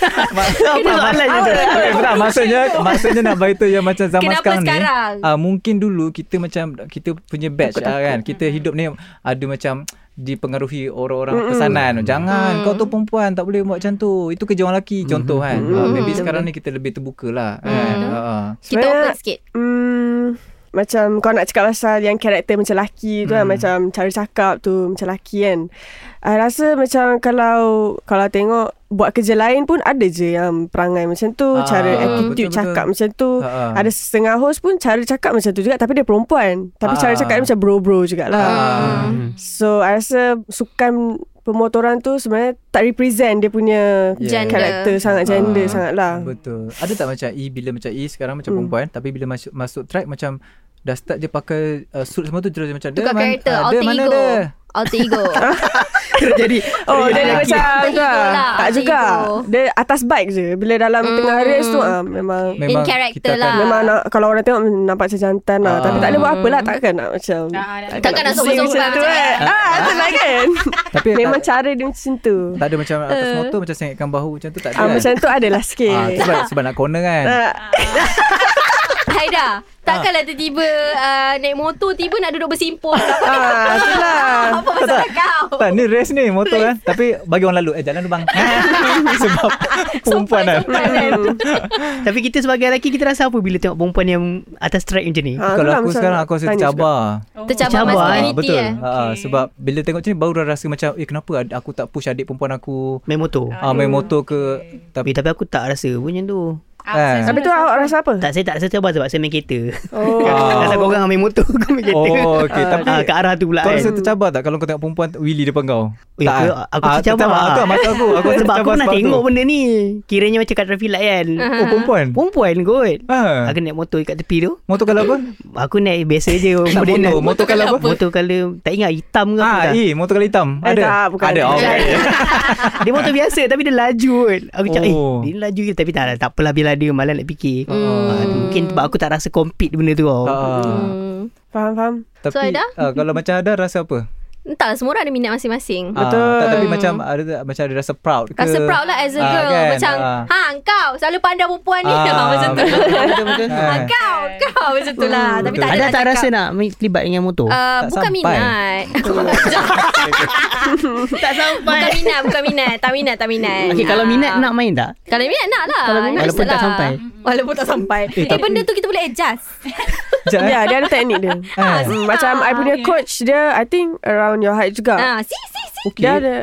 Speaker 6: Apa soalan je tu?
Speaker 2: Okay, tak, maksudnya maksudnya nak beritahu yang macam zaman
Speaker 4: Kenapa
Speaker 2: sekarang,
Speaker 4: sekarang?
Speaker 2: ni. ah, mungkin dulu kita macam kita punya batch ah, kan. Kita hidup ni ada macam dipengaruhi orang-orang mm pesanan. Jangan kau tu perempuan tak boleh buat macam tu. Itu kerja orang lelaki contoh kan. Ah, maybe sekarang ni kita lebih terbuka lah. Kan? Ah.
Speaker 4: Kita open sikit.
Speaker 3: Hmm, macam kau nak cakap pasal yang karakter macam laki tu kan
Speaker 2: Hmm.
Speaker 3: macam cara cakap tu macam laki kan. I rasa macam kalau kalau tengok buat kerja lain pun ada je yang perangai macam tu,
Speaker 2: Ah,
Speaker 3: cara attitude
Speaker 2: betul-betul.
Speaker 3: cakap macam tu.
Speaker 2: Ah, ah.
Speaker 3: Ada setengah host pun cara cakap macam tu juga tapi dia perempuan. Tapi cara
Speaker 2: Ah.
Speaker 3: cakap dia macam bro-bro jugalah.
Speaker 2: Ah.
Speaker 4: Hmm.
Speaker 3: So I rasa sukan pemotoran tu sebenarnya tak represent dia punya
Speaker 2: Yeah.
Speaker 4: Gender.
Speaker 3: karakter sangat gender
Speaker 2: Ah.
Speaker 3: sangatlah.
Speaker 2: Betul. Ada tak macam E bila macam E sekarang macam
Speaker 3: Hmm.
Speaker 2: perempuan tapi bila masuk masuk track macam dah start je pakai uh, suit semua tu terus dia macam
Speaker 4: Tukar
Speaker 2: man-
Speaker 4: karakter,
Speaker 2: ah,
Speaker 4: alter
Speaker 2: dia mana
Speaker 4: ego.
Speaker 2: dia?
Speaker 4: Alter ego.
Speaker 6: Jadi
Speaker 3: Oh dia ada
Speaker 6: jadi lelaki.
Speaker 3: macam
Speaker 4: Alter
Speaker 3: tu
Speaker 4: ego
Speaker 3: lah.
Speaker 4: lah,
Speaker 3: Tak
Speaker 4: alter
Speaker 3: juga
Speaker 4: ego.
Speaker 3: Dia atas bike je Bila dalam
Speaker 4: Hmm.
Speaker 3: tengah race tu ah, Memang
Speaker 4: In character lah.
Speaker 3: Memang nak, kalau orang tengok Nampak macam jantan lah
Speaker 2: Ah.
Speaker 3: Tapi tak boleh buat apa lah Takkan nak macam
Speaker 1: Ah, ah,
Speaker 4: Takkan nak
Speaker 3: pusing
Speaker 4: sopan-sopan
Speaker 3: macam tu
Speaker 4: macam
Speaker 3: kan
Speaker 2: ni.
Speaker 3: Ah, tu lah kan
Speaker 2: Tapi
Speaker 3: Memang
Speaker 2: tak,
Speaker 3: cara dia macam tu
Speaker 2: tak ada macam atas motor macam sengitkan bahu macam tu tak ada.
Speaker 3: ah,
Speaker 2: kan?
Speaker 3: Macam tu adalah sikit
Speaker 2: Ah, sebab, sebab nak corner kan.
Speaker 3: Eh. Ah,
Speaker 4: Haida, takkanlah tiba-tiba uh, naik motor tiba nak duduk bersimpul.
Speaker 3: ah, tu lah
Speaker 4: Apa masalah kau?
Speaker 2: Tak, ni race ni motor kan. Tapi bagi orang lalu, eh jalan tu bang. sebab perempuan kan.
Speaker 6: Tapi kita sebagai lelaki Kita rasa apa Bila tengok perempuan yang Atas track macam ni
Speaker 3: Ah, tu
Speaker 2: Kalau
Speaker 3: lah
Speaker 2: aku
Speaker 3: macam
Speaker 2: sekarang aku rasa
Speaker 3: tanya
Speaker 2: tercabar.
Speaker 1: Oh.
Speaker 4: Tercabar
Speaker 6: Cabar,
Speaker 2: Ah,
Speaker 4: masculinity
Speaker 2: betul.
Speaker 4: eh.
Speaker 2: Ah,
Speaker 1: Okay.
Speaker 2: sebab bila tengok macam ni baru dah rasa macam eh kenapa ad- aku tak push adik perempuan aku
Speaker 6: Main motor
Speaker 2: ah, main motor ke tapi
Speaker 6: Tapi tapi aku tak rasa pun macam tu
Speaker 2: Eh.
Speaker 1: saya
Speaker 3: Tapi tu
Speaker 1: sudah
Speaker 3: awak rasa apa?
Speaker 6: Tak saya tak rasa terbaik Sebab saya main kereta
Speaker 3: Oh
Speaker 2: Ah.
Speaker 6: Rasa korang main motor Aku main kereta
Speaker 2: Oh, okey. Tapi-
Speaker 6: ah, Ke arah tu pula
Speaker 2: kau
Speaker 6: kan
Speaker 2: rasa tercabar tak kalau kau tengok perempuan Willy depan kau?
Speaker 6: Eh,
Speaker 2: tak.
Speaker 6: aku-
Speaker 2: eh?
Speaker 6: aku tercabar.
Speaker 2: tercabar. Tu mata aku. Aku rasa
Speaker 6: Sebab aku
Speaker 2: tercabar
Speaker 6: pernah
Speaker 2: sebab tu.
Speaker 6: tengok benda ni Kiranya macam kat traffic light kan
Speaker 2: Oh, perempuan.
Speaker 6: Perempuan kot
Speaker 2: Ha.
Speaker 6: Aku naik motor kat tepi tu
Speaker 2: Motor kalau apa?
Speaker 6: Aku naik biasa je
Speaker 2: Tak motor.
Speaker 6: Kemudian nak-
Speaker 2: Motor kalau apa?
Speaker 6: Motor colour Tak ingat hitam ke
Speaker 2: Ah,
Speaker 6: apa tak
Speaker 2: eh, motor kalau hitam.
Speaker 3: Eh,
Speaker 2: Ada.
Speaker 3: tak, bukan.
Speaker 2: Ada. Oh,
Speaker 3: Bukan.
Speaker 2: okey.
Speaker 6: Dia motor biasa Tapi dia laju kot Aku cakap
Speaker 2: Oh.
Speaker 6: eh Dia laju je Tapi tak, lah, tak apalah Biar dia malas nak fikir Ah, tu Mungkin sebab aku tak rasa compete benda tu tau
Speaker 2: Ah,
Speaker 4: Hmm.
Speaker 3: Faham faham
Speaker 2: Tapi
Speaker 4: So, Aida?
Speaker 2: ah, kalau macam ada rasa apa?
Speaker 4: Entahlah semua orang ada minat masing-masing.
Speaker 2: Ah,
Speaker 3: Betul.
Speaker 2: tak, tapi macam ada macam ada rasa proud ke?
Speaker 4: Rasa proud lah as a
Speaker 2: Ah,
Speaker 4: girl
Speaker 2: kan?
Speaker 4: Macam
Speaker 2: Ah.
Speaker 4: Ha kau Selalu pandang perempuan ni
Speaker 2: Ah,
Speaker 4: Macam tu
Speaker 2: betul, Hmm. betul, Ah. betul.
Speaker 4: Ha kau Kau macam tu lah Tapi
Speaker 2: Betul.
Speaker 4: tak
Speaker 6: Ada
Speaker 4: ada
Speaker 6: tak rasa nak main- terlibat dengan motor?
Speaker 4: Uh,
Speaker 2: Tak
Speaker 4: bukan
Speaker 2: sampai.
Speaker 4: minat Tak sampai Bukan minat Bukan minat Tak minat Tak minat
Speaker 6: Okay, kalau
Speaker 4: Ah.
Speaker 6: minat nak main tak?
Speaker 4: Kalau minat nak lah
Speaker 6: Kalau minat Walaupun tak
Speaker 4: Nak lah.
Speaker 6: sampai.
Speaker 4: Walaupun tak sampai Eh,
Speaker 2: tapi-
Speaker 4: benda tu kita boleh adjust
Speaker 2: Sekejap, eh.
Speaker 3: Ya dia ada teknik dia
Speaker 2: Ah.
Speaker 3: Hmm, Macam I punya coach dia I think around your height juga
Speaker 4: Ha Si si si
Speaker 2: Okey.
Speaker 3: Dia ada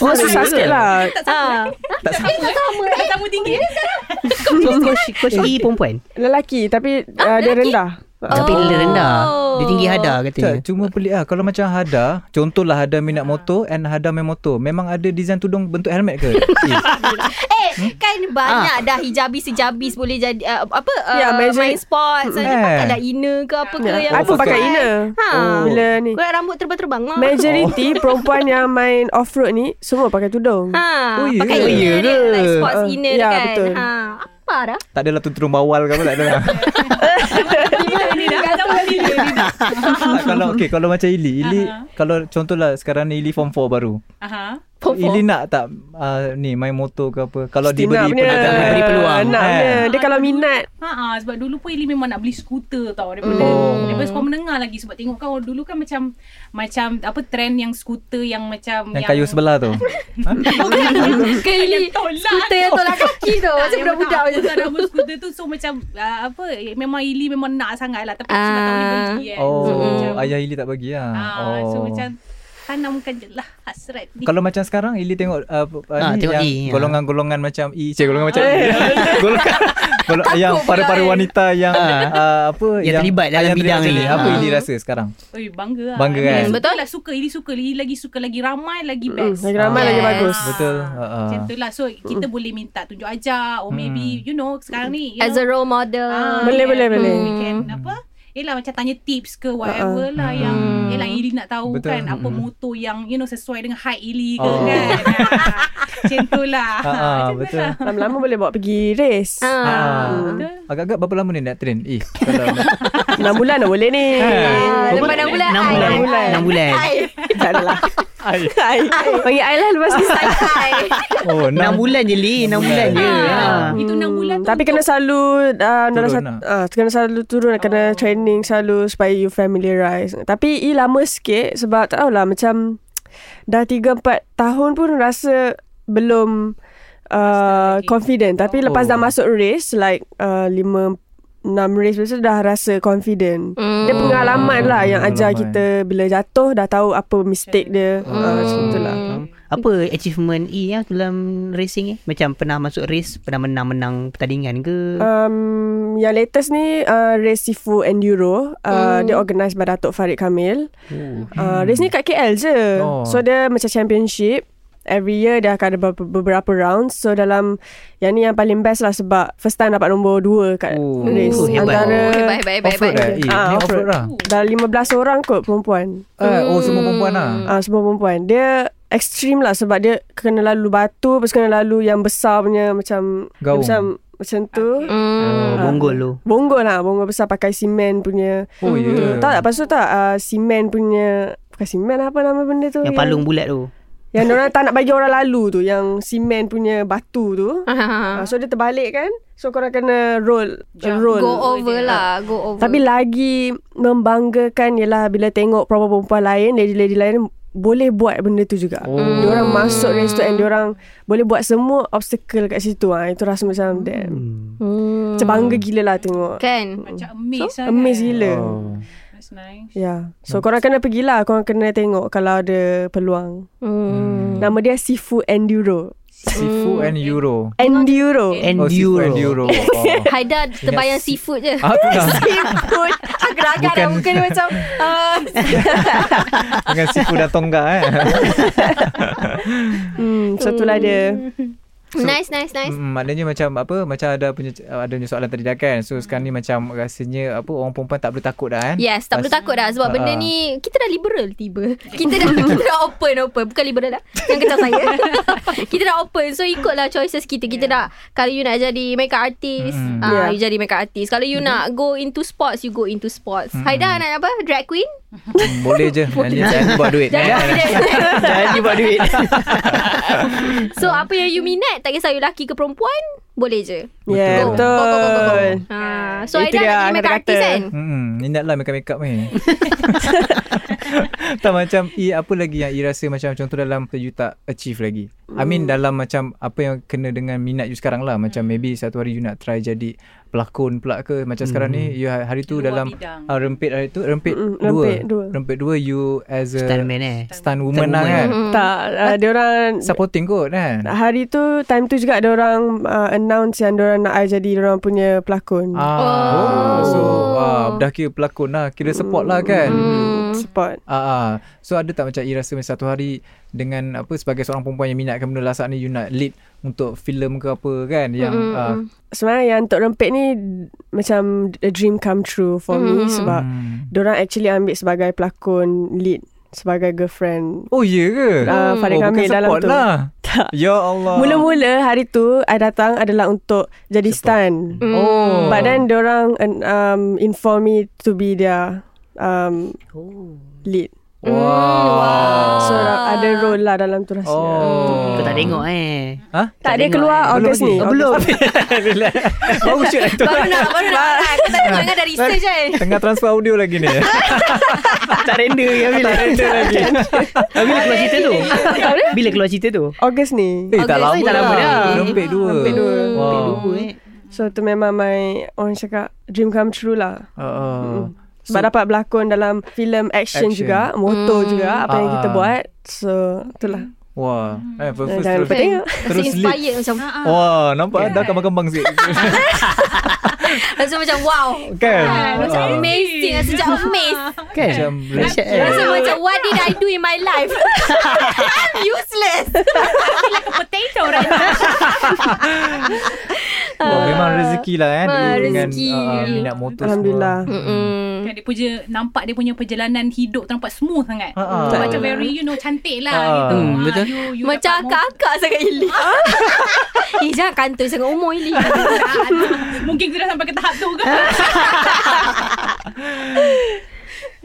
Speaker 6: Oh,
Speaker 3: Dia susah sikit lah
Speaker 4: Ha
Speaker 1: tak sama tinggi eh?
Speaker 6: So, coach, coach E perempuan?
Speaker 3: Lelaki Tapi uh, dia rendah
Speaker 4: Oh.
Speaker 6: Tapi dia rendah. Dia tinggi hada
Speaker 2: Tak,
Speaker 6: katanya.
Speaker 2: cuma pelik lah Kalau macam Hada Contohlah Hada
Speaker 4: Ah.
Speaker 2: minat motor And Hada main motor Memang ada design tudung Bentuk helmet ke? Eh,
Speaker 4: Eh kan banyak dah hijabis-hijabis Boleh jadi uh, Apa uh,
Speaker 3: Ya, measure-
Speaker 4: Main sports
Speaker 2: Hmm.
Speaker 4: Dia
Speaker 2: Eh.
Speaker 4: pakai lah inner ke apa ke yang
Speaker 3: I pun
Speaker 2: pakai.
Speaker 3: pakai inner
Speaker 4: Ha.
Speaker 3: Bila ni
Speaker 4: Kau rambut terbang-terbang lah.
Speaker 3: Majority perempuan yang main off-road ni Semua pakai tudung
Speaker 4: Ha,
Speaker 2: Oh, ya
Speaker 4: pakai
Speaker 2: ke?
Speaker 4: inner
Speaker 6: Ya
Speaker 4: dia,
Speaker 6: ke?
Speaker 4: like sports
Speaker 3: Ah,
Speaker 4: inner
Speaker 3: ya,
Speaker 4: kan.
Speaker 3: betul.
Speaker 4: Ha, apa dah?
Speaker 2: tak adalah tudung bawal ke apa Tak ada lah
Speaker 1: Tak sama tinggi.
Speaker 2: Ah, Kalau okay, kalau macam Ili Ili
Speaker 4: Ah.
Speaker 2: Kalau contohlah Sekarang ni Ili form 4 baru
Speaker 1: Aha.
Speaker 2: Ili nak tak uh, Ni main motor ke apa Kalau
Speaker 3: Nak
Speaker 2: diberi
Speaker 3: punya
Speaker 4: Ah,
Speaker 2: pekerjaan
Speaker 6: Diberi peluang.
Speaker 3: Nak
Speaker 2: Eh.
Speaker 3: punya Dia kalau minat
Speaker 1: Ha ah sebab dulu pun Ili memang nak beli skuter tau daripada
Speaker 2: Oh.
Speaker 1: daripada sekolah menengah lagi sebab tengok kau dulu kan macam macam apa trend yang skuter yang macam
Speaker 2: Yang kayu sebelah tu
Speaker 4: Kali skuter yang tolak kaki tu. Macam budak-budak macam
Speaker 1: tu.
Speaker 4: tu.
Speaker 1: Rambut skuter tu so macam ah, apa eh, memang Ili memang nak sangat lah tapi
Speaker 4: Ah.
Speaker 1: sebab tak boleh beli kan. So,
Speaker 2: Oh
Speaker 1: macam,
Speaker 2: Ayah Ili tak bagi lah
Speaker 1: ah,
Speaker 2: oh.
Speaker 1: so macam tanamkan je lah hasrat ni.
Speaker 2: kalau macam sekarang Ili tengok uh,
Speaker 6: Ah,
Speaker 2: ah, ni
Speaker 6: tengok
Speaker 2: yang
Speaker 6: E, ya.
Speaker 2: golongan-golongan macam E, cik golongan macam E. golongan golong, yang para-para wanita yang uh, apa
Speaker 6: Ah. Yang terlibat dalam
Speaker 2: ah,
Speaker 6: bidang
Speaker 2: terlibat
Speaker 6: ni.
Speaker 2: macam Apa
Speaker 6: Ah.
Speaker 2: Ili rasa sekarang?
Speaker 1: Oi, bangga lah.
Speaker 2: Bangga,
Speaker 1: Ili
Speaker 2: kan?
Speaker 1: suka
Speaker 4: Betul.
Speaker 1: Lah, suka Ili suka Ili lagi suka lagi ramai lagi
Speaker 3: mm,
Speaker 1: best.
Speaker 3: Lagi ramai
Speaker 4: Yes.
Speaker 3: lagi bagus
Speaker 2: Betul.
Speaker 1: Ah,
Speaker 2: Ah, ah.
Speaker 1: Macam tu lah So kita
Speaker 4: Mm.
Speaker 1: boleh minta tunjuk ajar Or maybe
Speaker 2: Mm.
Speaker 1: You know Sekarang ni you
Speaker 4: As
Speaker 1: know,
Speaker 4: a role model.
Speaker 1: Ah,
Speaker 3: Boleh,
Speaker 1: yeah.
Speaker 3: boleh, boleh.
Speaker 1: We can apa? Yelah macam tanya tips ke whatever uh-uh. lah yang Yelah Ili nak tahu
Speaker 2: Betul.
Speaker 1: Betul. kan apa
Speaker 2: Mm-mm.
Speaker 1: motor yang you know sesuai dengan height Ili ke
Speaker 2: Oh.
Speaker 1: kan. Ah, Macam tu lah.
Speaker 2: Ah, ah,
Speaker 1: Macam tu
Speaker 2: betul.
Speaker 1: lah.
Speaker 3: Lama-lama boleh bawa pergi race
Speaker 4: Ah.
Speaker 2: Ah.
Speaker 1: Betul.
Speaker 2: Agak-agak berapa lama ni nak train? Eh, kalau
Speaker 3: 6 bulan dah boleh ni
Speaker 4: Ah, Lepas enam bulan.
Speaker 6: Enam
Speaker 4: ai,
Speaker 6: bulan.
Speaker 4: ai, ai.
Speaker 6: Enam bulan.
Speaker 4: Ai,
Speaker 3: Tak adalah Hai Panggil I lah lepas ni
Speaker 4: ai, ai.
Speaker 2: Oh,
Speaker 6: Enam
Speaker 2: enam
Speaker 6: bulan je Li. Enam bulan je.
Speaker 1: Ah,
Speaker 6: Ah.
Speaker 1: Itu 6 bulan tu.
Speaker 3: Hmm. Tapi kena selalu uh,
Speaker 2: Turun
Speaker 3: sat,
Speaker 2: lah.
Speaker 3: uh, Kena selalu turun
Speaker 1: Oh.
Speaker 3: Kena training selalu Supaya you familiarize Tapi I lama sikit Sebab tak tahulah Macam Dah 3-4 tahun pun Rasa Belum uh, Confident Tapi lepas
Speaker 2: Oh.
Speaker 3: dah masuk race Like uh, 5 6 race Lepas tu dah rasa confident
Speaker 4: Hmm.
Speaker 3: Dia pengalaman lah Yang ajar
Speaker 2: Hmm. Pengalaman.
Speaker 3: kita Bila jatuh Dah tahu apa mistake dia
Speaker 1: Hmm.
Speaker 3: ah, Macam tu lah
Speaker 6: Hmm. Apa achievement E yang dalam racing eh? Macam pernah masuk race, pernah menang-menang pertandingan ke?
Speaker 3: um, Yang latest ni uh, Race Sifu Enduro uh, Dia organised by Datuk Farid Kamil
Speaker 6: Oh.
Speaker 3: uh, Race ni kat KL je
Speaker 2: Oh.
Speaker 3: So dia macam championship Every year dia akan ada beberapa, beberapa rounds So dalam Yang ni yang paling best lah Sebab first time dapat nombor 2 kat
Speaker 2: Oh.
Speaker 3: race
Speaker 6: Oh, hebat.
Speaker 3: Antara
Speaker 4: Baik, baik, baik,
Speaker 2: Offroad
Speaker 4: baik.
Speaker 2: eh? Eh,
Speaker 3: Ah,
Speaker 2: ni
Speaker 3: offroad.
Speaker 2: offroad lah.
Speaker 3: Dalam 15 orang kot perempuan
Speaker 2: Eh, oh, semua perempuan lah.
Speaker 3: Ah uh, semua perempuan. Dia ekstrim lah sebab dia kena lalu batu, lepas kena lalu yang besar punya macam
Speaker 2: Gaung.
Speaker 3: macam macam tu. Okay.
Speaker 4: Mm.
Speaker 6: Oh, bonggol tu.
Speaker 3: Bonggol lah, bonggol besar pakai simen punya.
Speaker 2: Oh, ya.
Speaker 3: Yeah. Tahu Mm-hmm. Hmm, tak lepas tu tak uh, simen punya pakai simen apa nama benda tu?
Speaker 6: Yang palung bulat tu.
Speaker 3: Yang orang tak nak bagi orang lalu tu, yang simen punya batu tu.
Speaker 4: Ah.
Speaker 3: Uh, so dia terbalik kan? So korang kena roll
Speaker 4: Ya,
Speaker 3: roll.
Speaker 4: Go over lah, go over.
Speaker 3: Tapi lagi membanggakan ialah bila tengok perempuan-perempuan lain, lady-lady lain boleh buat benda tu juga. Oh. Diorang masuk race tu and diorang boleh buat semua obstacle kat situ. Ha. Itu rasa macam damn.
Speaker 4: Hmm.
Speaker 3: Macam bangga gila lah tengok.
Speaker 4: Kan?
Speaker 1: Macam amazed
Speaker 3: So,
Speaker 1: lah
Speaker 3: amazed
Speaker 1: kan.
Speaker 3: gila. Oh.
Speaker 2: Oh.
Speaker 1: That's nice.
Speaker 3: Ya. Yeah. So korang kena pergilah. Korang kena tengok kalau ada peluang.
Speaker 4: Hmm.
Speaker 3: Nama dia Sifu Enduro.
Speaker 2: Sifu and Euro. Oh,
Speaker 3: Enduro.
Speaker 2: Sifu
Speaker 6: Enduro.
Speaker 2: and Euro. Oh.
Speaker 4: Haida terbayang
Speaker 2: Ingat-
Speaker 4: seafood je.
Speaker 2: Ah, tu lah.
Speaker 4: Seafood. Agak-agak
Speaker 2: Bukan-
Speaker 4: dah muka dia macam uh,
Speaker 2: Dengan Sifu dan Tongga eh.
Speaker 3: Hmm, so itulah dia.
Speaker 4: nice nice nice.
Speaker 2: Mm, maknanya macam apa macam ada punya ada punya soalan tadi dah kan. So sekarang ni macam rasanya apa orang perempuan tak perlu takut dah kan.
Speaker 4: Hmm. Yes, tak perlu takut dah sebab benda
Speaker 2: Ah.
Speaker 4: ni kita dah liberal tiba. Kita dah kita dah open open, bukan liberal dah. Yang kecil saya. kita dah open. So ikutlah choices kita. Kita dah kalau you nak jadi makeup artist,
Speaker 2: Mm.
Speaker 4: ah
Speaker 3: Yeah.
Speaker 4: you jadi makeup artist. Kalau you nak go into sports, you go into sports. Haida nak apa? Drag queen?
Speaker 2: Mm, Boleh je. Nanti jangan buat duit.
Speaker 4: Jangan
Speaker 2: eh.
Speaker 4: buat duit.
Speaker 6: Jadi buat duit.
Speaker 4: So apa yang you minat Tak kisah you laki ke perempuan Boleh je
Speaker 3: Yeah,
Speaker 4: Go,
Speaker 3: Ya, betul.
Speaker 4: go, go, go, go, go. ha. So
Speaker 3: Itu
Speaker 4: Aida
Speaker 3: dia,
Speaker 4: nak jadi makeup
Speaker 3: kata-kata.
Speaker 4: artist kan
Speaker 2: Hmm, ni nak lah makeup makeup ni. tak macam i apa lagi yang i rasa macam contoh dalam you tak achieve lagi. I
Speaker 4: Hmm.
Speaker 2: mean dalam macam apa yang kena dengan minat you sekarang lah macam maybe satu hari you nak try jadi pelakon pula ke macam sekarang
Speaker 4: Hmm.
Speaker 2: ni you ha-, hari tu
Speaker 1: Luar
Speaker 2: dalam
Speaker 1: bidang.
Speaker 2: uh, rempit hari tu rempit dua.
Speaker 3: Mm-mm, rempit dua.
Speaker 2: Rempit dua you as a
Speaker 6: Stuntman eh.
Speaker 2: stunt woman lah
Speaker 6: woman.
Speaker 2: kan.
Speaker 4: Hmm.
Speaker 3: Tak, uh, diorang
Speaker 2: Supporting kot kan.
Speaker 3: Hari tu Time tu juga Diorang uh, announce Yang diorang nak I jadi Diorang punya pelakon uh.
Speaker 2: Ah, oh. so ah, dah kira pelakon lah, kira support lah kan.
Speaker 4: Hmm.
Speaker 3: Support
Speaker 2: Ah, ah. so ada tak macam you rasa macam satu hari dengan apa sebagai seorang perempuan yang minatkan benda lasak ni you nak lead untuk filem ke apa kan yang mm. ah,
Speaker 3: Sebenarnya yang Tok Rempit ni Macam A dream come true For me Sebab
Speaker 2: Hmm.
Speaker 3: Diorang actually ambil Sebagai pelakon Lead Sebagai girlfriend
Speaker 2: Oh ya ke?
Speaker 3: Ah, Farid
Speaker 2: oh,
Speaker 3: Kamil
Speaker 2: bukan
Speaker 3: dalam
Speaker 2: support
Speaker 3: tu.
Speaker 2: lah.
Speaker 3: Tak.
Speaker 2: Ya Allah.
Speaker 3: Mula-mula hari tu I datang adalah untuk Jadi stunt
Speaker 2: Oh.
Speaker 3: But then diorang um, Inform me To be their um,
Speaker 4: Oh.
Speaker 3: Lead Mm,
Speaker 2: Wow.
Speaker 3: So ada role lah Dalam tu rasa
Speaker 2: Ah. Oh.
Speaker 6: Kau tak tengok eh.
Speaker 2: Ha?
Speaker 3: Tak, dia
Speaker 6: tengok, eh.
Speaker 3: keluar Ogos ni
Speaker 6: Belum. Belum.
Speaker 2: Relax. Baru shoot lah tu.
Speaker 4: Baru nak Baru nak Aku tak tengok Kan dah research kan
Speaker 2: Tengah transfer audio lagi ni.
Speaker 6: tak render ke bila?
Speaker 2: tak render lagi.
Speaker 6: Ah, Bila keluar cerita tu? Bila keluar cerita tu?
Speaker 3: Ogos ni
Speaker 2: Eh, tak lama
Speaker 6: tak lama dah.
Speaker 2: Rempit dua.
Speaker 3: Rempit dua.
Speaker 4: Hmm.
Speaker 2: Wow.
Speaker 6: Dua eh.
Speaker 3: So tu memang my Orang cakap Dream come true lah
Speaker 2: Ah, ah.
Speaker 3: Sebab dapat berlakon dalam filem
Speaker 2: Action.
Speaker 3: action, juga Motor
Speaker 4: Hmm.
Speaker 3: juga Apa yang
Speaker 2: Ah.
Speaker 3: kita buat So itulah
Speaker 2: Wah. Eh, first,
Speaker 3: Jangan
Speaker 2: terus,
Speaker 3: lupa tengok
Speaker 4: Terus
Speaker 2: terus lead.
Speaker 4: inspired macam
Speaker 3: Ah,
Speaker 2: Wah, nampak dah kembang-kembang sikit.
Speaker 4: Rasa macam wow
Speaker 2: kan?
Speaker 4: Macam
Speaker 2: Ah.
Speaker 4: amazing Rasa macam amazed
Speaker 6: Kan?
Speaker 2: Macam
Speaker 6: Dahsyat, eh.
Speaker 4: Rasa macam What did I do in my life I'm useless
Speaker 1: Potato right
Speaker 2: Wah, memang rezeki lah kan
Speaker 4: Ah,
Speaker 2: Dulu dengan
Speaker 4: rezeki.
Speaker 2: ah, minat motor
Speaker 3: Alhamdulillah
Speaker 2: semua.
Speaker 1: Kan dia punya nampak dia punya perjalanan hidup nampak smooth sangat.
Speaker 2: Ha, ha.
Speaker 1: So, macam very you know cantik lah
Speaker 2: Ha.
Speaker 1: gitu.
Speaker 2: Hmm,
Speaker 1: Ha,
Speaker 6: betul.
Speaker 1: You, you
Speaker 4: Macam
Speaker 1: dapat
Speaker 4: akak-akak Sangat Ili Eh jangan kantoi Sangat umur Ili
Speaker 1: mo- Ah, Mungkin kita dah sampai ke tahap tu kan.
Speaker 3: Ah.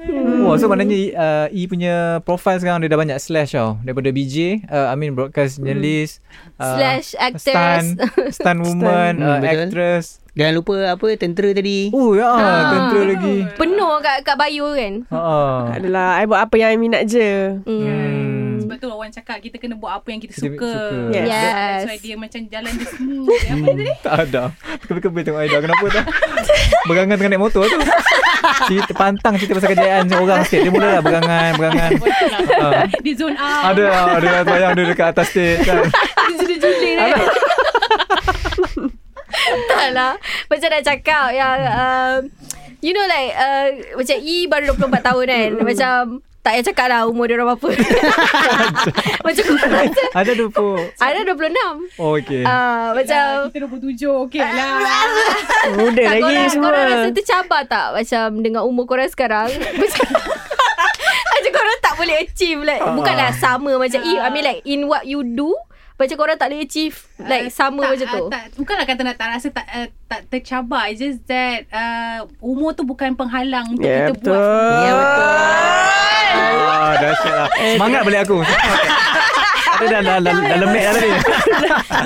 Speaker 2: Hmm. Wah, so maknanya uh, E punya profile sekarang dia dah banyak slash tau. Daripada BJ, uh, I mean broadcast journalist, uh,
Speaker 4: Slash actress
Speaker 2: stunt, stunt woman,
Speaker 6: Hmm,
Speaker 2: uh,
Speaker 6: betul.
Speaker 2: actress.
Speaker 6: Jangan lupa apa tentera tadi.
Speaker 2: Oh ya, tentera lagi.
Speaker 4: Penuh kat, kat bio kan
Speaker 2: Ha. ah.
Speaker 3: Adalah I buat apa yang I minat je
Speaker 4: Hmm.
Speaker 2: Hmm.
Speaker 1: Sebab betul orang cakap kita kena buat apa yang kita
Speaker 2: Kita
Speaker 1: suka.
Speaker 2: suka.
Speaker 3: Yes.
Speaker 1: That's why
Speaker 4: Yes.
Speaker 1: dia macam jalan dia smooth. Apa dia ni?
Speaker 2: Hmm, Tak ada. Kebel-kebel tengok Aida. Kenapa tak? Berangan tengah naik motor tu. Cerita pantang cerita pasal kejayaan orang sikit. Dia mula lah berangan, berangan. Ah.
Speaker 1: Dia zone out.
Speaker 2: Ada ada bayang dia dekat atas stage kan.
Speaker 1: Dia juling-juling. kan?
Speaker 4: Tak lah Macam nak cakap Yang um, You know like uh, Macam E baru 24 tahun kan Macam Tak payah cakap lah Umur dia orang apa Macam
Speaker 2: Ada tu pun.
Speaker 4: Ada 26
Speaker 2: Oh, okay.
Speaker 4: uh, Macam
Speaker 1: Dah, Kita 27 Okay lah
Speaker 3: Muda
Speaker 4: tak,
Speaker 3: lagi
Speaker 4: korang,
Speaker 3: semua.
Speaker 4: korang rasa tercabar tak Macam dengan umur korang sekarang Macam Macam korang tak boleh achieve like, Bukanlah sama macam E I mean like In what you do Macam korang tak boleh achieve Like
Speaker 1: Uh,
Speaker 4: sama
Speaker 1: tak,
Speaker 4: macam
Speaker 1: uh,
Speaker 4: tu
Speaker 1: tak, Bukanlah kata nak tak rasa tak, uh, tak tercabar It's just that uh, Umur tu bukan penghalang Untuk
Speaker 3: Ya,
Speaker 1: kita buat
Speaker 3: betul. Ya,
Speaker 2: Ah, dahsyat lah. Semangat balik aku. Ada dah dah dah dah lemek dah tadi.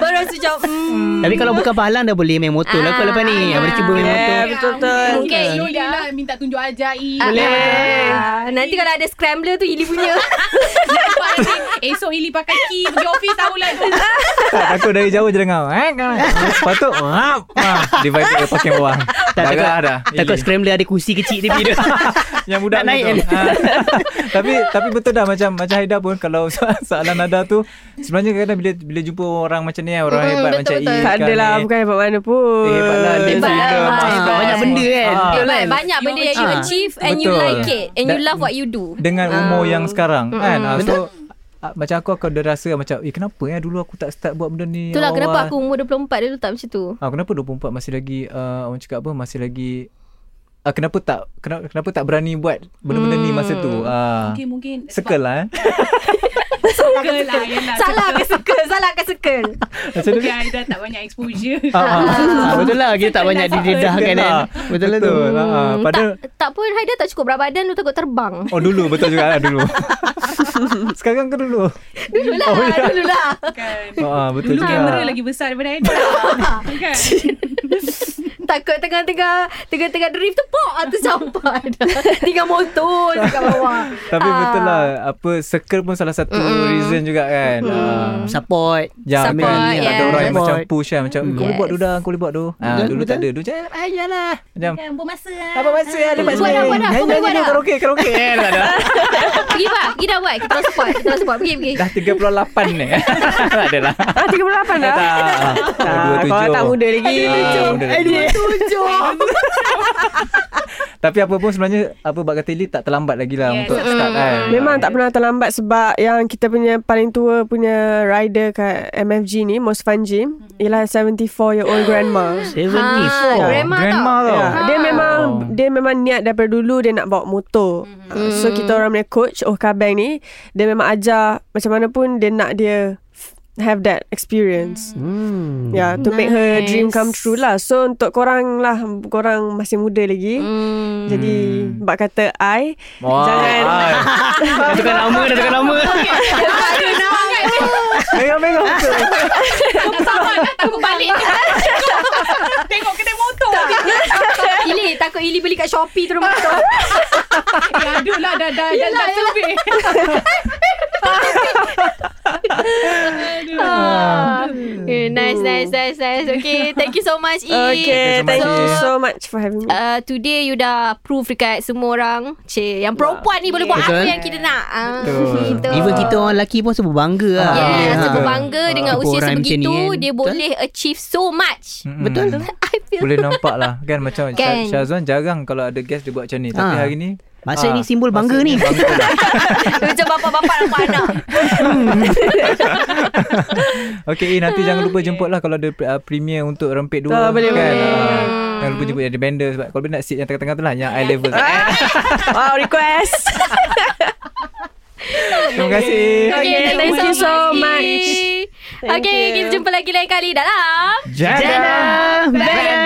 Speaker 4: Baru rasa macam mm,
Speaker 6: Tapi kalau bukan pahalang dah boleh main motor lah kot lepas ni. Yang boleh cuba main motor.
Speaker 3: betul-betul.
Speaker 4: Mungkin Ida.
Speaker 1: Mungkin Ida lah Minta tunjuk Ah, ajar I
Speaker 4: Boleh. Ah, nanti kalau ada scrambler tu Ili punya.
Speaker 1: Nampak Ili. Esok Ili pakai key Pergi office tahulah tu
Speaker 2: Tak, takut dari jauh je dengar. Eh, kan. Lepas tu, hap. Ah, dia vibe dia pakai bawah.
Speaker 6: Tak
Speaker 2: Darah
Speaker 6: takut,
Speaker 2: dah.
Speaker 6: takut
Speaker 2: Ili.
Speaker 6: scrambler ada kursi kecil dia pergi duduk.
Speaker 2: Yang budak
Speaker 6: Tak
Speaker 2: ni
Speaker 6: naik
Speaker 2: tu. Ha. tapi tapi betul dah macam macam Haida pun kalau so- soalan nada tu sebenarnya kadang bila bila jumpa orang macam ni kan, orang
Speaker 4: Mm,
Speaker 2: hebat
Speaker 4: betul,
Speaker 2: macam
Speaker 4: betul.
Speaker 2: Ika
Speaker 3: Tak adalah
Speaker 2: ni.
Speaker 3: bukan hebat mana pun.
Speaker 2: Eh, hebat lah Lim
Speaker 4: Hebat lah,
Speaker 2: Freedom,
Speaker 4: hebat.
Speaker 2: Asbab.
Speaker 6: Banyak benda kan.
Speaker 2: Ah,
Speaker 4: Ba- Eh, banyak
Speaker 1: You
Speaker 4: benda yang you
Speaker 6: achieve.
Speaker 4: achieve and you
Speaker 2: Betul.
Speaker 4: like it and you
Speaker 2: That-
Speaker 4: love what you do.
Speaker 2: dengan umur yang sekarang kan Ah, so
Speaker 6: Betul.
Speaker 2: ah, macam aku aku ada rasa macam eh kenapa ya dulu aku tak start buat benda ni
Speaker 4: Itulah kenapa
Speaker 2: awal-awal.
Speaker 4: aku umur 24 dulu tak macam tu.
Speaker 2: Ah kenapa 24 masih lagi uh, orang cakap apa masih lagi ah kenapa tak kenapa, kenapa tak berani buat benda-benda ni masa tu. Ah.
Speaker 1: Mungkin mungkin
Speaker 2: Circle lah eh.
Speaker 1: Circle lah yelah,
Speaker 4: Salah
Speaker 1: circle.
Speaker 4: ke circle? Salah ke circle?
Speaker 2: Macam
Speaker 1: Mungkin
Speaker 2: tu.
Speaker 1: Aida tak banyak exposure
Speaker 2: Ah, ah, ah.
Speaker 6: Ah, Betul lah kita tak banyak didedahkan kan.
Speaker 2: Ah,
Speaker 6: Betul lah tu.
Speaker 2: Betul. Ah, ah.
Speaker 4: Hmm,
Speaker 2: Pada
Speaker 4: tak, tak pun Haida tak cukup berat badan tu takut terbang.
Speaker 2: Oh dulu betul juga lah dulu. Sekarang ke dulu?
Speaker 4: Dulu lah,
Speaker 2: Oh, ya.
Speaker 4: dulu lah.
Speaker 1: kan.
Speaker 2: Ah, ah, betul
Speaker 1: Dulu
Speaker 2: juga.
Speaker 1: kamera lagi besar daripada Aida Kan
Speaker 4: Takut tengah-tengah tengah-tengah drift tu pok atau sampai dah. Tinggal motor dekat bawah.
Speaker 2: Tapi
Speaker 4: Ah.
Speaker 2: betul lah apa circle pun salah satu reason juga kan. Ah.
Speaker 6: Support.
Speaker 2: Ya,
Speaker 4: Support,
Speaker 2: kan?
Speaker 4: yes.
Speaker 2: Ada orang yang macam
Speaker 6: Support.
Speaker 2: push kan Macam kau boleh buat tu dah Kau boleh buat tu ha,
Speaker 6: Betul,
Speaker 2: Dulu tak ada
Speaker 6: betul.
Speaker 2: Dulu macam "Ah, Yalah Macam
Speaker 1: Kan buat masa lah.
Speaker 2: Apa masa ada
Speaker 4: buat dah, buat dah, kau boleh buat dah.
Speaker 2: Karaoke karaoke Eh, dah, dah.
Speaker 4: Pergi pak, pergi dah buat. Kita orang support, kita orang support. Pergi, pergi.
Speaker 2: Dah 38 ni Tak ada lah
Speaker 3: Ah, 38 dah.
Speaker 2: Tak
Speaker 3: Ah, korang tak muda lagi.
Speaker 2: Ah, muda lagi. Tapi apa pun sebenarnya Apa Bak kata Ili tak terlambat lagi lah
Speaker 1: Yes.
Speaker 2: Untuk start kan
Speaker 3: Memang tak pernah terlambat sebab yang kita punya paling tua punya rider kat MFG ni, Mosfan Jim, ialah 74 year old grandma.
Speaker 6: Ha.
Speaker 4: Ah,
Speaker 6: 74.
Speaker 4: grandma tau.
Speaker 2: Oh, Grandma tau
Speaker 3: Ya, dia memang
Speaker 2: Oh.
Speaker 3: dia memang niat daripada dulu dia nak bawa motor. Uh, so kita orang punya coach Oh Kabeng ni dia memang ajar macam mana pun dia nak dia f- have that experience.
Speaker 6: Hmm.
Speaker 3: Yeah, to make her
Speaker 4: Nice.
Speaker 3: dream come true lah. So untuk korang lah, korang masih muda lagi.
Speaker 4: Hmm.
Speaker 3: Jadi bak kata I
Speaker 2: Wah,
Speaker 3: Jangan.
Speaker 2: ai.
Speaker 6: Dah tukar nama, dah tukar nama.
Speaker 1: kan?
Speaker 2: Memang memang
Speaker 1: Sama kan takut balik Tengok kena motor
Speaker 4: Ili takut Ili beli kat Shopee terus motor.
Speaker 1: Ya aduh lah dah dah Dah dah survey
Speaker 4: Ah.
Speaker 2: Hmm.
Speaker 4: Eh, nice, nice, nice, nice. Okay, thank you so much, Ili.
Speaker 3: Okay,
Speaker 2: Thank
Speaker 3: thank
Speaker 2: you so
Speaker 3: you
Speaker 2: much.
Speaker 3: so much for having me.
Speaker 4: Uh, today you dah prove dekat semua orang Cik Yang perempuan ni boleh buat
Speaker 6: Betul.
Speaker 4: apa yang kita nak ah,
Speaker 2: Betul.
Speaker 4: gitu.
Speaker 6: Even kita orang lelaki pun sebab bangga lah.
Speaker 4: Yes yeah,
Speaker 6: Ha.
Speaker 4: Sebab bangga dengan
Speaker 6: Jumpa
Speaker 4: usia
Speaker 6: orang macam
Speaker 4: sebegitu
Speaker 6: ni kan.
Speaker 4: Dia
Speaker 6: Betul.
Speaker 4: boleh achieve so much
Speaker 2: Mm-mm.
Speaker 6: Betul.
Speaker 4: I feel
Speaker 2: Boleh nampak lah Kan macam
Speaker 4: Kan.
Speaker 2: kan. Syazwan jarang Kalau ada guest dia buat macam ni Tapi
Speaker 6: Ah.
Speaker 2: hari ni
Speaker 6: Maksud
Speaker 2: ah,
Speaker 6: ni simbol bangga
Speaker 2: maksudnya
Speaker 6: ni.
Speaker 2: bangga lah.
Speaker 4: Macam bapak-bapak nampak anak
Speaker 2: Okay eh, nanti jangan lupa jemput lah Kalau ada uh, premier untuk rempit dua
Speaker 3: Oh, boleh,
Speaker 2: kan?
Speaker 3: boleh.
Speaker 2: Ah, Jangan lupa jemput jadi bender Sebab kalau boleh nak seat yang tengah-tengah tu lah Yang eye level tu.
Speaker 3: wow, request.
Speaker 2: Terima kasih
Speaker 4: Okay,
Speaker 3: Okay,
Speaker 4: thank you so much
Speaker 3: Thank
Speaker 4: Okay,
Speaker 3: you.
Speaker 4: kita jumpa lagi lain kali dalam
Speaker 2: Jana
Speaker 6: Ah, Better.
Speaker 3: Ah.